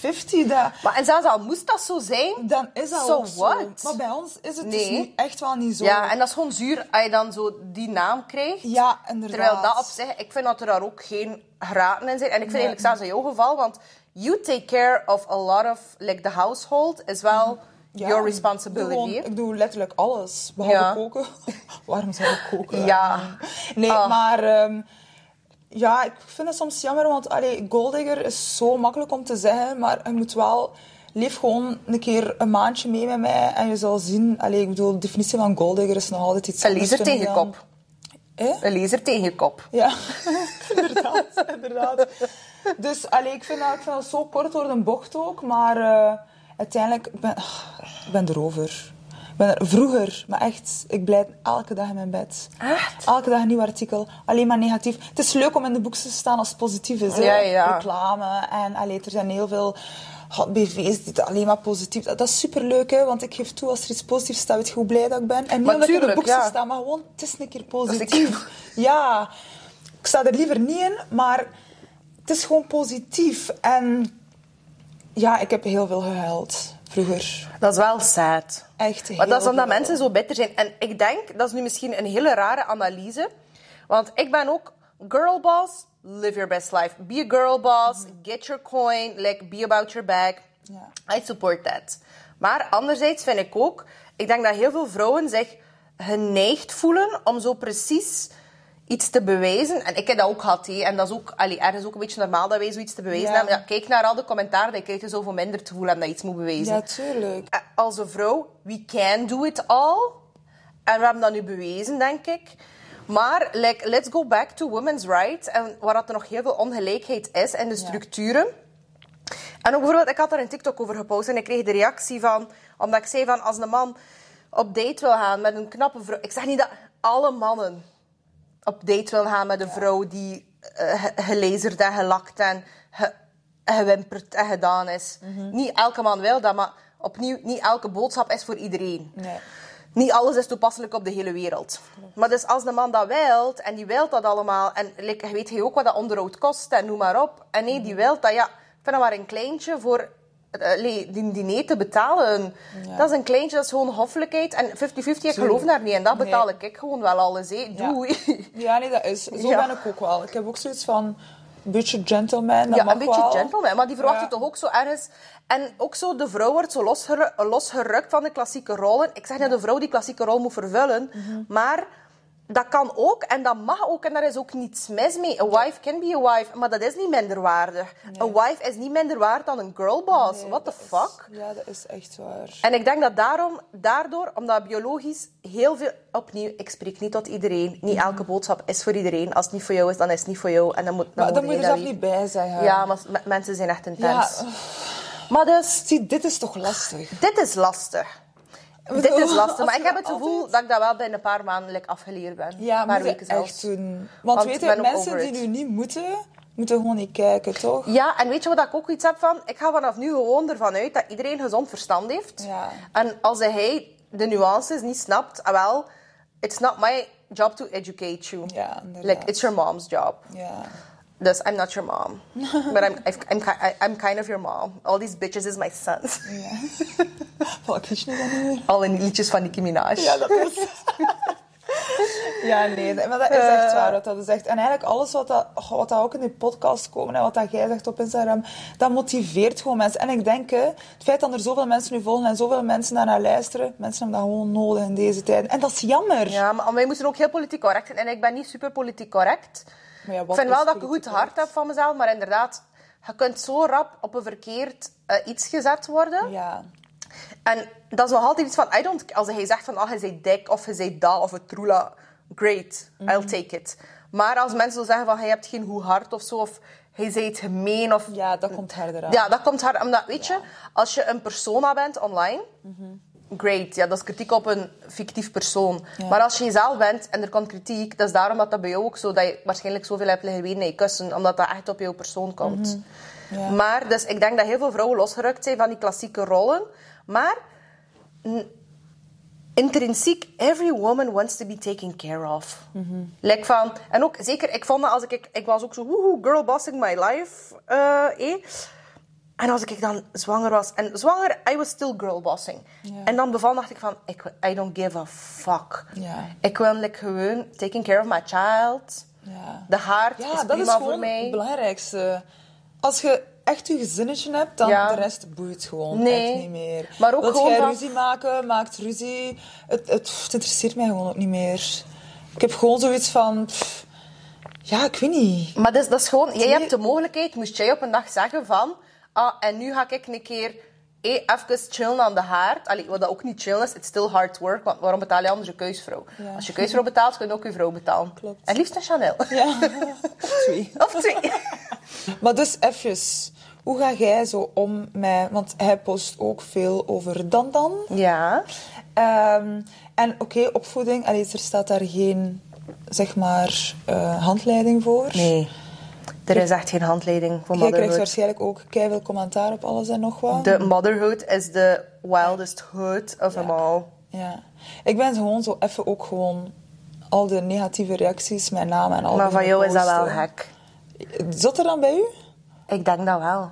Speaker 3: 50-50. Dat,
Speaker 1: maar en zelfs al moest dat zo zijn,
Speaker 3: dan is dat
Speaker 1: So
Speaker 3: ook zo.
Speaker 1: what?
Speaker 3: Maar bij ons is het dus
Speaker 1: Nee.
Speaker 3: niet, echt wel niet zo.
Speaker 1: Ja, en dat is gewoon zuur als je dan zo die naam krijgt.
Speaker 3: Ja, inderdaad.
Speaker 1: Terwijl dat op zich, ik vind dat er daar ook geen graten in zijn. En ik vind
Speaker 3: Nee.
Speaker 1: eigenlijk zelfs in jouw geval, want you take care of a lot of, like the household is wel
Speaker 3: Ja,
Speaker 1: your
Speaker 3: Ik doe,
Speaker 1: responsibility.
Speaker 3: gewoon- ik doe letterlijk alles, behalve
Speaker 1: Ja.
Speaker 3: koken. Waarom zou ik koken?
Speaker 1: Ja.
Speaker 3: Nee,
Speaker 1: Ah.
Speaker 3: maar... ehm, ja, ik vind het soms jammer, want allee, golddigger is zo makkelijk om te zeggen, maar je moet wel... Leef gewoon een keer een maandje mee met mij en je zal zien... Allee, ik bedoel, de definitie van golddigger is nog altijd iets
Speaker 1: Een
Speaker 3: anders,
Speaker 1: lezer
Speaker 3: vind ik
Speaker 1: tegen je
Speaker 3: dan-
Speaker 1: kop.
Speaker 3: Eh?
Speaker 1: Een lezer tegen je kop.
Speaker 3: Ja, inderdaad, inderdaad. Dus allee, ik, vind dat, ik vind dat zo kort door de bocht ook, maar eh, uiteindelijk ik ben ah, ik ben erover. Ik ben er, vroeger, maar echt, ik blijf elke dag in mijn bed.
Speaker 1: Echt?
Speaker 3: Elke dag een nieuw artikel, alleen maar negatief. Het is leuk om in de boeken te staan als het positief is. hè.
Speaker 1: Ja, ja.
Speaker 3: Reclame en allee, er zijn heel veel hot BV's die dat alleen maar positief... Dat, dat is superleuk, hè, want ik geef toe, als er iets positiefs staat, weet je hoe blij dat ik ben. En niet
Speaker 1: Maar
Speaker 3: omdat ik in de
Speaker 1: tuurlijk,
Speaker 3: boeken
Speaker 1: ja.
Speaker 3: sta, maar gewoon, het is een keer
Speaker 1: is een
Speaker 3: positief.
Speaker 1: keer
Speaker 3: Ja, ik sta er liever niet in, maar het is gewoon positief. En ja, ik heb heel veel gehuild vroeger.
Speaker 1: Dat is wel sad.
Speaker 3: Echt heel
Speaker 1: Maar dat is omdat
Speaker 3: veel.
Speaker 1: mensen zo bitter zijn. En ik denk, dat is nu misschien een hele rare analyse. Want ik ben ook girl boss, live your best life. Be a girl boss, get your coin, like, be about your bag.
Speaker 3: Mm. Ja.
Speaker 1: I support that. Maar anderzijds vind ik ook, ik denk dat heel veel vrouwen zich geneigd voelen om zo precies iets te bewijzen. En ik heb dat ook gehad, hé. en dat is ook allee, ergens ook een beetje normaal dat wij zoiets te bewijzen
Speaker 3: Ja.
Speaker 1: hebben. Ja, kijk naar al de commentaar, dan krijg je zoveel minder het gevoel aan dat je iets moet bewijzen
Speaker 3: Ja, tuurlijk.
Speaker 1: eh, als een vrouw, we can do it all. En we hebben dat nu bewezen, denk ik. Maar like, let's go back to women's rights. En waar dat er nog heel veel ongelijkheid is in de structuren. En ook bijvoorbeeld, ik had daar een TikTok over gepost. En ik kreeg de reactie van... Omdat ik zei van, als een man op date wil gaan met een knappe vrouw... Ik zeg niet dat alle mannen op date wil gaan met een vrouw die eh, ge- gelezerd en gelakt en ge- gewimperd en gedaan is.
Speaker 3: Mhm.
Speaker 1: Niet elke man wil dat, maar opnieuw, niet elke boodschap is voor iedereen.
Speaker 3: Nee.
Speaker 1: Niet alles is toepasselijk op de hele wereld. Maar dus als de man dat wilt, en die wilt dat allemaal, en like, weet hij ook wat dat onderhoud kost en noem maar op. En nee, die
Speaker 3: Mhm.
Speaker 1: wilt dat, ja, ik vind dat maar een kleintje voor eh, allee, die diner te betalen. Dat is een kleintje, dat is gewoon hoffelijkheid. En 50-50, ik geloof daar niet in. Dat
Speaker 3: Nee.
Speaker 1: betaal ik gewoon wel alles, hé.
Speaker 3: Ja.
Speaker 1: Doei.
Speaker 3: Ja, nee, dat is. Zo
Speaker 1: Ja.
Speaker 3: ben ik ook wel. Ik heb ook zoiets van een beetje gentleman. Dat
Speaker 1: Ja,
Speaker 3: mag
Speaker 1: een beetje
Speaker 3: wel.
Speaker 1: gentleman, maar die verwachten
Speaker 3: Ja.
Speaker 1: toch ook zo ergens. En ook zo, de vrouw wordt zo losgeru- losgerukt van de klassieke rollen. Ik zeg niet dat de vrouw die klassieke rol moet vervullen,
Speaker 3: Mhm.
Speaker 1: maar dat kan ook en dat mag ook en daar is ook niets mis mee. Een wife can be a wife, maar dat is niet minderwaardig. Een wife is niet minder waard dan een girlboss.
Speaker 3: Nee,
Speaker 1: What the
Speaker 3: dat is-
Speaker 1: fuck?
Speaker 3: ja, dat is echt waar.
Speaker 1: En ik denk dat daarom, daardoor, omdat biologisch heel veel... Opnieuw, ik spreek niet tot iedereen. Niet
Speaker 3: Mhm.
Speaker 1: elke boodschap is voor iedereen. Als het niet voor jou is, dan is het niet voor jou. En dan moet, dan
Speaker 3: maar dan
Speaker 1: moet
Speaker 3: moet je
Speaker 1: jij
Speaker 3: er zelf
Speaker 1: dat
Speaker 3: niet bij zeggen.
Speaker 1: ja, maar m- mensen zijn echt
Speaker 3: Ehm, ja.
Speaker 1: intens. Maar dus,
Speaker 3: Zie, dit is toch lastig?
Speaker 1: dit is lastig.
Speaker 3: bedoel,
Speaker 1: Dit is
Speaker 3: als
Speaker 1: lastig. Maar
Speaker 3: je
Speaker 1: ik heb het
Speaker 3: altijd-
Speaker 1: gevoel dat ik dat wel binnen een paar maanden like, afgeleerd ben.
Speaker 3: Ja,
Speaker 1: een paar
Speaker 3: moet je
Speaker 1: weken zelfs.
Speaker 3: echt doen. Want,
Speaker 1: Want
Speaker 3: weet
Speaker 1: ik
Speaker 3: je,
Speaker 1: ben ook
Speaker 3: mensen
Speaker 1: over
Speaker 3: die
Speaker 1: it.
Speaker 3: nu niet moeten, moeten gewoon niet kijken, toch?
Speaker 1: Ja, en weet je wat ik ook iets heb van? Ik ga vanaf nu gewoon ervan uit dat iedereen gezond verstand heeft.
Speaker 3: Ja.
Speaker 1: En als hij de nuances niet snapt, ah wel, it's not my job to educate you.
Speaker 3: Ja, inderdaad.
Speaker 1: Like, it's your mom's job.
Speaker 3: Ja.
Speaker 1: Dus I'm not your mom. But I'm, I've- I'm, ki- I'm kind of your mom. All these bitches is my sons.
Speaker 3: ja. Welk liedje is dat nu weer?
Speaker 1: Al in liedjes van Nicki Minaj.
Speaker 3: Ja, dat is... ja, nee, dat- maar dat is
Speaker 1: Eh.
Speaker 3: echt waar wat dat is echt. En eigenlijk alles wat, dat, oh, wat dat ook in die podcast komen en wat dat jij zegt op Instagram, dat motiveert gewoon mensen. En ik denk, hè, het feit dat er zoveel mensen nu volgen en zoveel mensen daarnaar luisteren, mensen hebben dat gewoon nodig in deze tijd. En dat is jammer.
Speaker 1: Ja, maar wij moeten ook heel politiek correct zijn. En ik ben niet super politiek correct.
Speaker 3: Maar ja,
Speaker 1: ik
Speaker 3: wat
Speaker 1: vind wel
Speaker 3: is
Speaker 1: dat ik een goed
Speaker 3: politiek
Speaker 1: hart heb van mezelf. Maar inderdaad, je kunt zo rap op een verkeerd eh, iets gezet worden.
Speaker 3: Ja.
Speaker 1: En dat is nog altijd iets van... I don't, als hij zegt van, ah, hij zei dik of hij zei dat of het troela. Great, I'll
Speaker 3: Mhm.
Speaker 1: take it. Maar als mensen zo zeggen van, hij hebt geen goed hart of zo. Of hij zei het gemeen of...
Speaker 3: ja, Mhm. dat komt harder aan.
Speaker 1: Ja, dat komt hard. Omdat, weet je, als je een persona bent online, great. Ja, dat is kritiek op een fictief persoon. Maar als je jezelf bent en er komt kritiek, dat is daarom dat dat bij jou ook zo, dat je waarschijnlijk zoveel hebt liggen wenen in je kussen, omdat dat echt op jouw persoon komt.
Speaker 3: Mhm. Ja.
Speaker 1: Maar, dus ik denk dat heel veel vrouwen losgerukt zijn van die klassieke rollen. Maar n- intrinsiek, every woman wants to be taken care of.
Speaker 3: Mhm.
Speaker 1: Like van, en ook zeker, ik vond dat als ik, ik, ik was ook zo, woehoe, girl bossing my life, eh, eh. En als ik dan zwanger was, en zwanger, I was still girl bossing.
Speaker 3: Ja.
Speaker 1: En dan beval dacht ik van, ik, I don't give a fuck.
Speaker 3: Ja.
Speaker 1: Ik wil like, gewoon taking care of my child.
Speaker 3: Ja.
Speaker 1: De haard
Speaker 3: Ja,
Speaker 1: is
Speaker 3: dat
Speaker 1: prima
Speaker 3: is gewoon
Speaker 1: voor mij.
Speaker 3: het belangrijkste. Als je echt je gezinnetje hebt, dan
Speaker 1: Ja.
Speaker 3: de rest boeit gewoon
Speaker 1: Nee.
Speaker 3: echt niet meer.
Speaker 1: Maar ook
Speaker 3: Wilt
Speaker 1: gewoon
Speaker 3: jij
Speaker 1: van-
Speaker 3: ruzie maken, maakt ruzie. Het, het, het interesseert mij gewoon ook niet meer. Ik heb gewoon zoiets van... pff, ja, ik weet niet.
Speaker 1: Maar dus, dat is, dat is gewoon, jij
Speaker 3: Nee.
Speaker 1: hebt de mogelijkheid, moest jij op een dag zeggen van, ah, en nu ga ik een keer eh, even chillen aan de haard. Allee, wat dat ook niet chillen is, it's still hard work, want waarom betaal je anders je keusvrouw?
Speaker 3: Ja.
Speaker 1: Als je keusvrouw betaalt, kun je ook je vrouw betalen.
Speaker 3: Klopt.
Speaker 1: En liefst een Chanel.
Speaker 3: Ja, of twee.
Speaker 1: Of twee.
Speaker 3: Maar dus even, hoe ga jij zo om met... Want hij post ook veel over dan dan.
Speaker 1: ja.
Speaker 3: Ehm, en oké, opvoeding, allee, er staat daar geen zeg maar, eh, handleiding voor.
Speaker 1: Nee. Er is echt geen handleiding voor
Speaker 3: Jij krijgt
Speaker 1: motherhood.
Speaker 3: waarschijnlijk ook keiveel commentaar op alles en nog wat.
Speaker 1: De motherhood is the wildest hood of them all.
Speaker 3: Ja. Ik ben gewoon zo even ook gewoon al de negatieve reacties, mijn naam en al
Speaker 1: Maar van jou is dat wel
Speaker 3: gek.
Speaker 1: gek.
Speaker 3: Zat er dan bij u?
Speaker 1: Ik denk dat wel.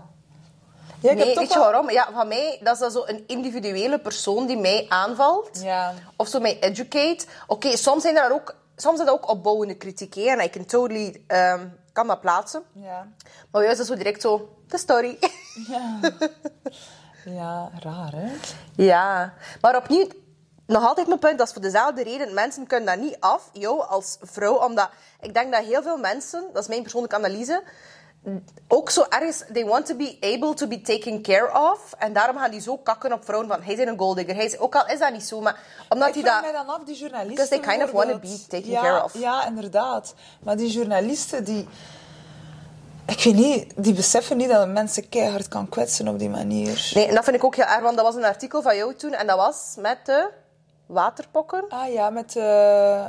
Speaker 3: Ja,
Speaker 1: nee,
Speaker 3: toch
Speaker 1: weet je
Speaker 3: wel-
Speaker 1: waarom? Ja, van mij, dat is dan zo een individuele persoon die mij aanvalt.
Speaker 3: Ja.
Speaker 1: Of zo mij educate. Oké, soms zijn er ook... Soms is dat ook opbouwende kritiek, hè, En ik can totally... ehm, kan dat plaatsen.
Speaker 3: Ja.
Speaker 1: Maar juist is dat zo direct zo... De story.
Speaker 3: Ja. ja, raar hè?
Speaker 1: ja. Maar opnieuw... Nog altijd mijn punt, dat is voor dezelfde reden. Mensen kunnen dat niet af, jou als vrouw. Omdat ik denk dat heel veel mensen... Dat is mijn persoonlijke analyse... Ook zo ergens, they want to be able to be taken care of. En daarom gaan die zo kakken op vrouwen van, hij is een gold digger. Hij is, ook al is dat niet zo, maar omdat
Speaker 3: ik
Speaker 1: hij
Speaker 3: vraag
Speaker 1: dat...
Speaker 3: mij dan af, die journalisten
Speaker 1: Because they kind of wanna
Speaker 3: bijvoorbeeld.
Speaker 1: be taken
Speaker 3: ja,
Speaker 1: care of.
Speaker 3: Ja, inderdaad. Maar die journalisten, die... Ik weet niet, die beseffen niet dat een mensen keihard kan kwetsen op die manier.
Speaker 1: Nee, en dat vind ik ook heel erg, want dat was een artikel van jou toen en dat was met de waterpokken.
Speaker 3: Ah ja, met eh,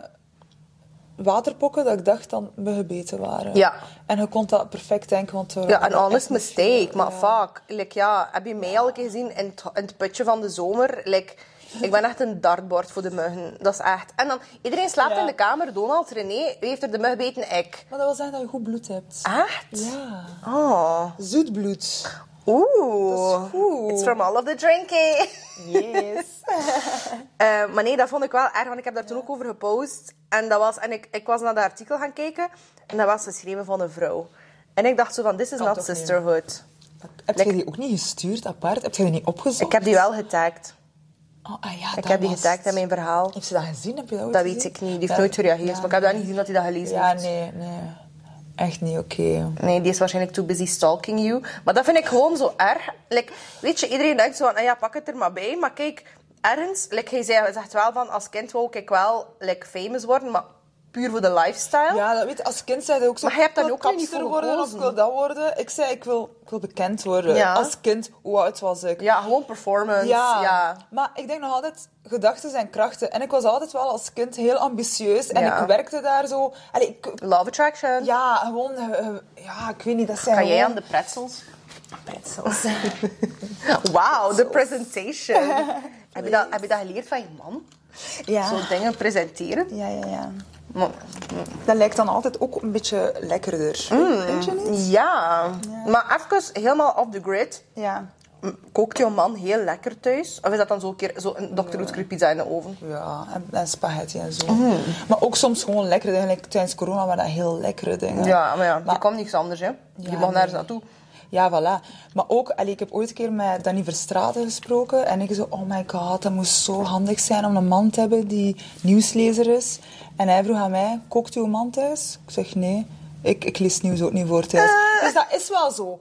Speaker 3: waterpokken dat ik dacht dat we gebeten waren.
Speaker 1: Ja.
Speaker 3: En je kon dat perfect denken, want... er
Speaker 1: Ja,
Speaker 3: waren
Speaker 1: een honest
Speaker 3: echt niet veel,
Speaker 1: mistake, maar
Speaker 3: ja.
Speaker 1: vaak. Like, ja, heb je mij al een keer gezien in het, in het putje van de zomer? Like, ik ben echt een dartbord voor de muggen, dat is echt. En dan, iedereen slaapt
Speaker 3: Ja.
Speaker 1: in de kamer, Donald, René, wie heeft er de mug beten? Ik.
Speaker 3: Maar dat wil zeggen dat je goed bloed hebt.
Speaker 1: Echt?
Speaker 3: Ja.
Speaker 1: Oh.
Speaker 3: Zoet bloed.
Speaker 1: Oeh.
Speaker 3: Dat is goed.
Speaker 1: It's from all of the drinking.
Speaker 3: Yes.
Speaker 1: Eh, maar nee, dat vond ik wel erg, want ik heb daar toen ook over gepost. En, dat was, en ik, ik was naar dat artikel gaan kijken en dat was geschreven van een vrouw. En ik dacht zo van, this is not
Speaker 3: toch niet?
Speaker 1: sisterhood.
Speaker 3: heb je die ook niet gestuurd apart? Heb je die niet opgezocht?
Speaker 1: Ik heb die wel getagd.
Speaker 3: Oh, ah ja,
Speaker 1: Ik
Speaker 3: dat
Speaker 1: heb die
Speaker 3: was
Speaker 1: getagd
Speaker 3: het.
Speaker 1: in mijn verhaal.
Speaker 3: Heeft ze dat gezien? Heb je dat ooit
Speaker 1: Dat weet
Speaker 3: gezien?
Speaker 1: ik niet. Die heeft
Speaker 3: Ja.
Speaker 1: nooit gereageerd,
Speaker 3: Ja,
Speaker 1: maar ik heb dat niet gezien dat hij dat gelezen
Speaker 3: Ja,
Speaker 1: heeft.
Speaker 3: nee, nee. Echt niet oké.
Speaker 1: Nee, die is waarschijnlijk too busy stalking you. Maar dat vind ik gewoon zo erg. Like, weet je, iedereen denkt zo van, ah ja, pak het er maar bij. Maar kijk, ergens, like, hij zei, hij zegt wel van, als kind wou ik wel like, famous worden, maar puur voor de lifestyle.
Speaker 3: Ja, dat weet je, als kind zei je ook zo...
Speaker 1: Maar je hebt daar
Speaker 3: ik wil
Speaker 1: ook niet
Speaker 3: kapster
Speaker 1: voor
Speaker 3: worden of ik wil
Speaker 1: gekozen.
Speaker 3: dat worden. Ik zei, ik wil, ik wil bekend worden.
Speaker 1: Ja.
Speaker 3: Als kind, hoe oud was ik?
Speaker 1: Ja, gewoon performance.
Speaker 3: Ja.
Speaker 1: ja.
Speaker 3: maar ik denk nog altijd, gedachten zijn krachten. En ik was altijd wel als kind heel ambitieus. En
Speaker 1: Ja.
Speaker 3: ik werkte daar zo... Allee, ik,
Speaker 1: Love Attraction.
Speaker 3: ja, gewoon... eh, eh, Ja, ik weet niet, dat zijn
Speaker 1: Ga jij
Speaker 3: gewoon
Speaker 1: aan de pretzels?
Speaker 3: pretzels.
Speaker 1: Wauw, de presentation. heb, je dat, heb je dat geleerd van je man?
Speaker 3: Ja.
Speaker 1: Zo dingen presenteren.
Speaker 3: Ja, ja, ja.
Speaker 1: Maar-
Speaker 3: Dat lijkt dan altijd ook een beetje lekkerder.
Speaker 1: Mm.
Speaker 3: Vind je niet?
Speaker 1: Ja. maar even helemaal off the grid.
Speaker 3: Ja.
Speaker 1: M- Kookt jouw man heel lekker thuis? Of is dat dan zo'n keer zo een Dr. Oetker pizza in de oven?
Speaker 3: Ja, en, en spaghetti en zo. Maar ook soms gewoon lekkere dingen. Like, tijdens corona waren dat heel lekkere dingen.
Speaker 1: Ja, maar ja, je komt niks anders, hè? je mag nergens
Speaker 3: nee.
Speaker 1: naartoe.
Speaker 3: Ja, voilà. Maar ook, allee, ik heb ooit een keer met Danny Verstraten gesproken. En ik zo, oh my god, dat moest zo handig zijn om een man te hebben die nieuwslezer is. En hij vroeg aan mij, kookt uw man thuis? Ik zeg, nee, ik, ik lees nieuws ook niet voor thuis.
Speaker 1: Ah.
Speaker 3: Dus dat is wel zo.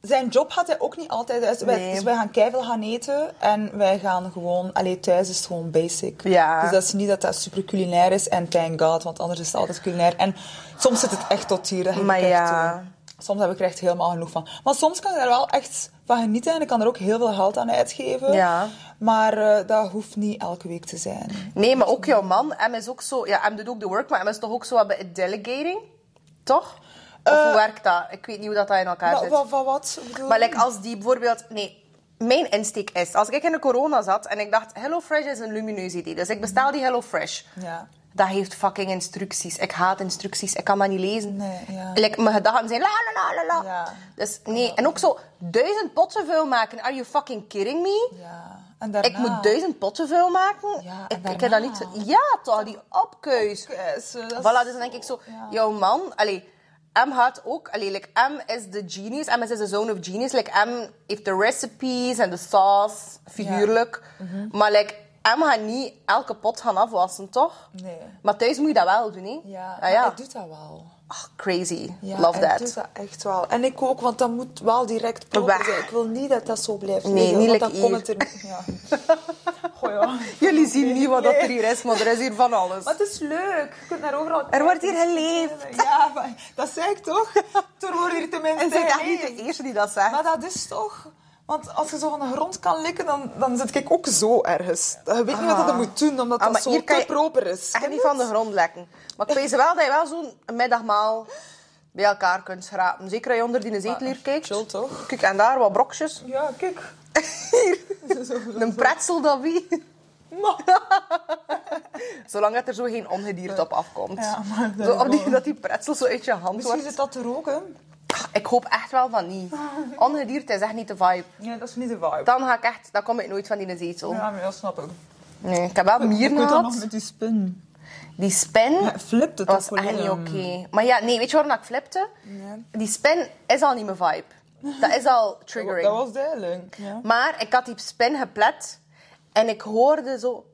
Speaker 3: Zijn job had hij ook niet altijd thuis. Wij-
Speaker 1: Nee.
Speaker 3: Dus wij gaan keiveel gaan eten. En wij gaan gewoon... Allee, thuis is het gewoon basic.
Speaker 1: Ja.
Speaker 3: Dus dat is niet dat dat super culinair is. En thank god, want anders is het altijd culinair. En soms zit het echt tot hier. dat je
Speaker 1: Maar
Speaker 3: echt,
Speaker 1: ja.
Speaker 3: eh, Soms heb ik er echt helemaal genoeg van. Maar soms kan ik daar wel echt van genieten. En ik kan er ook heel veel geld aan uitgeven.
Speaker 1: Ja.
Speaker 3: Maar eh, dat hoeft niet elke week te zijn.
Speaker 1: Nee, maar ook jouw man. Hem is ook zo... Ja, hem doet ook de work, maar hem is toch ook zo wat bij het delegating? Toch? Of hoe
Speaker 3: Eh,
Speaker 1: werkt dat? Ik weet niet hoe dat, dat in elkaar
Speaker 3: Wa-
Speaker 1: zit.
Speaker 3: wa- wa- wat? Ik bedoel-
Speaker 1: Maar like, als die bijvoorbeeld... Nee, mijn insteek is... Als ik in de corona zat en ik dacht... HelloFresh is een lumineus idee. Dus ik bestel die HelloFresh.
Speaker 3: Ja.
Speaker 1: Dat heeft fucking instructies. Ik haat instructies. Ik kan dat niet lezen.
Speaker 3: Nee, ja.
Speaker 1: Like, mijn gedachten zijn la la la la la.
Speaker 3: Ja.
Speaker 1: Dus nee. En ook zo duizend potten vuil maken. Are you fucking kidding me?
Speaker 3: ja. En daarna...
Speaker 1: Ik moet duizend potten vuil maken.
Speaker 3: Ja, en
Speaker 1: ik, ik heb dat niet.
Speaker 3: daarna?
Speaker 1: Ja, toch, die opkeus.
Speaker 3: Yes, eh, dat is-
Speaker 1: Voilà, dus dan denk ik zo, jouw man, allee, M had ook, allee, like, M is de genius, M is de zone of genius. Like, M heeft de recipes en de sauce, figuurlijk.
Speaker 3: Mhm.
Speaker 1: Maar like, M gaat niet elke pot gaan afwassen, toch?
Speaker 3: Nee.
Speaker 1: Maar thuis moet je dat wel doen, hè?
Speaker 3: Ja,
Speaker 1: Ah,
Speaker 3: maar
Speaker 1: ja.
Speaker 3: hij doet dat wel.
Speaker 1: Ach, crazy.
Speaker 3: Ja,
Speaker 1: Love
Speaker 3: hij
Speaker 1: that.
Speaker 3: doet dat echt wel. En ik ook, want dat moet wel direct proper
Speaker 1: Bah.
Speaker 3: zijn. Ik wil niet dat dat zo blijft
Speaker 1: Nee,
Speaker 3: liggen,
Speaker 1: niet
Speaker 3: want
Speaker 1: like
Speaker 3: dan komt het er... Ja. Goh, ja.
Speaker 1: Jullie zien niet wat dat er hier is, maar er is hier van alles.
Speaker 3: Maar het is leuk. Je kunt naar overal
Speaker 1: Er wordt hier
Speaker 3: kijken.
Speaker 1: geleefd.
Speaker 3: Ja, maar dat zei ik toch? Toen wordt hier tenminste
Speaker 1: En zijn dat niet de
Speaker 3: geleefd.
Speaker 1: eerste die dat zegt?
Speaker 3: Maar dat is toch... Want als je zo van de grond kan likken, dan, dan zit ik ook zo ergens. Je weet niet wat dat moet doen, omdat
Speaker 1: Ah,
Speaker 3: dat
Speaker 1: maar
Speaker 3: zo
Speaker 1: hier kan
Speaker 3: te
Speaker 1: je
Speaker 3: proper is.
Speaker 1: echt
Speaker 3: Ken
Speaker 1: niet
Speaker 3: je
Speaker 1: van de
Speaker 3: het?
Speaker 1: grond lekken. Maar ik weet wel dat je wel zo'n middagmaal bij elkaar kunt schrapen. Zeker als je onder die zetel hier kijkt.
Speaker 3: chill toch?
Speaker 1: Kijk, en daar wat brokjes.
Speaker 3: Ja, kijk.
Speaker 1: Hier, een pretzel dat wie. Zolang dat er zo geen ongedierte op afkomt.
Speaker 3: Ja, maar dat
Speaker 1: zo,
Speaker 3: is
Speaker 1: op die,
Speaker 3: wel-
Speaker 1: dat die pretzel zo uit je hand
Speaker 3: Misschien
Speaker 1: wordt. Ah,
Speaker 3: zit dat er ook, hè?
Speaker 1: Ik hoop echt wel van niet. Ongedierte is echt niet de vibe.
Speaker 3: Ja, dat is niet de vibe.
Speaker 1: Dan ga ik echt... Dan kom ik nooit van die zetel.
Speaker 3: Ja, maar dat snap ik.
Speaker 1: Nee, ik heb wel mieren
Speaker 3: kunt dan nog
Speaker 1: gehad.
Speaker 3: met die spin.
Speaker 1: Die spin...
Speaker 3: Ja, flipt het
Speaker 1: Dat
Speaker 3: ook
Speaker 1: was echt niet
Speaker 3: volledig.
Speaker 1: oké. Maar ja, nee, weet je waarom dat ik flipte? Die spin is al niet mijn vibe. Dat is al triggering.
Speaker 3: Dat was duidelijk. Ja.
Speaker 1: Maar ik had die spin geplet en ik hoorde zo...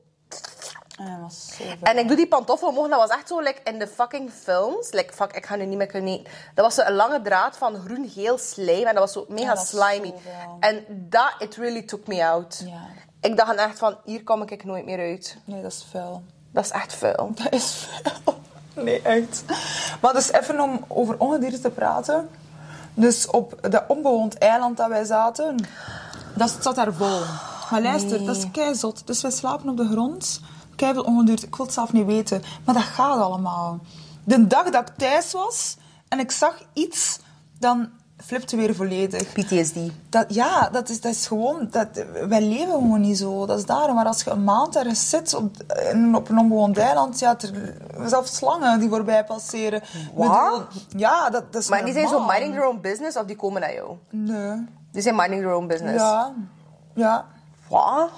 Speaker 1: Ah,
Speaker 3: Ja, was zo
Speaker 1: En ik doe die pantoffel omhoog, dat was echt zo like, in de fucking films. Like, fuck, ik ga nu niet meer kunnen eten. Dat was zo een lange draad van groen-geel slijm en dat was zo mega
Speaker 3: dat is
Speaker 1: slimy.
Speaker 3: zoveel.
Speaker 1: En dat, it really took me out.
Speaker 3: Ja.
Speaker 1: Ik dacht dan echt van, hier kom ik nooit meer uit.
Speaker 3: Nee, dat is vuil.
Speaker 1: Dat is echt vuil.
Speaker 3: Dat is vuil. Nee, echt. Maar dus even om over ongedierte te praten. Dus op dat onbewoond eiland dat wij zaten, dat zat daar vol. Maar luister, dat is keizot. Dus wij slapen op de grond. Keiveel ongedierte. Ik wil het zelf niet weten. Maar dat gaat allemaal. De dag dat ik thuis was en ik zag iets, dan flipte weer volledig.
Speaker 1: PTSD.
Speaker 3: Dat, ja, dat is, dat is gewoon... Dat, wij leven gewoon niet zo. Dat is daarom. Maar als je een maand ergens zit op, in- op een onbewoond eiland... Ja, er, zelfs slangen die voorbij passeren.
Speaker 1: Wat?
Speaker 3: Bedoel, Ja, dat, dat is
Speaker 1: Maar die zijn zo
Speaker 3: normaal.
Speaker 1: minding their own business of die komen naar jou?
Speaker 3: Nee.
Speaker 1: Die zijn minding their own business.
Speaker 3: Ja. Ja.
Speaker 1: Wat?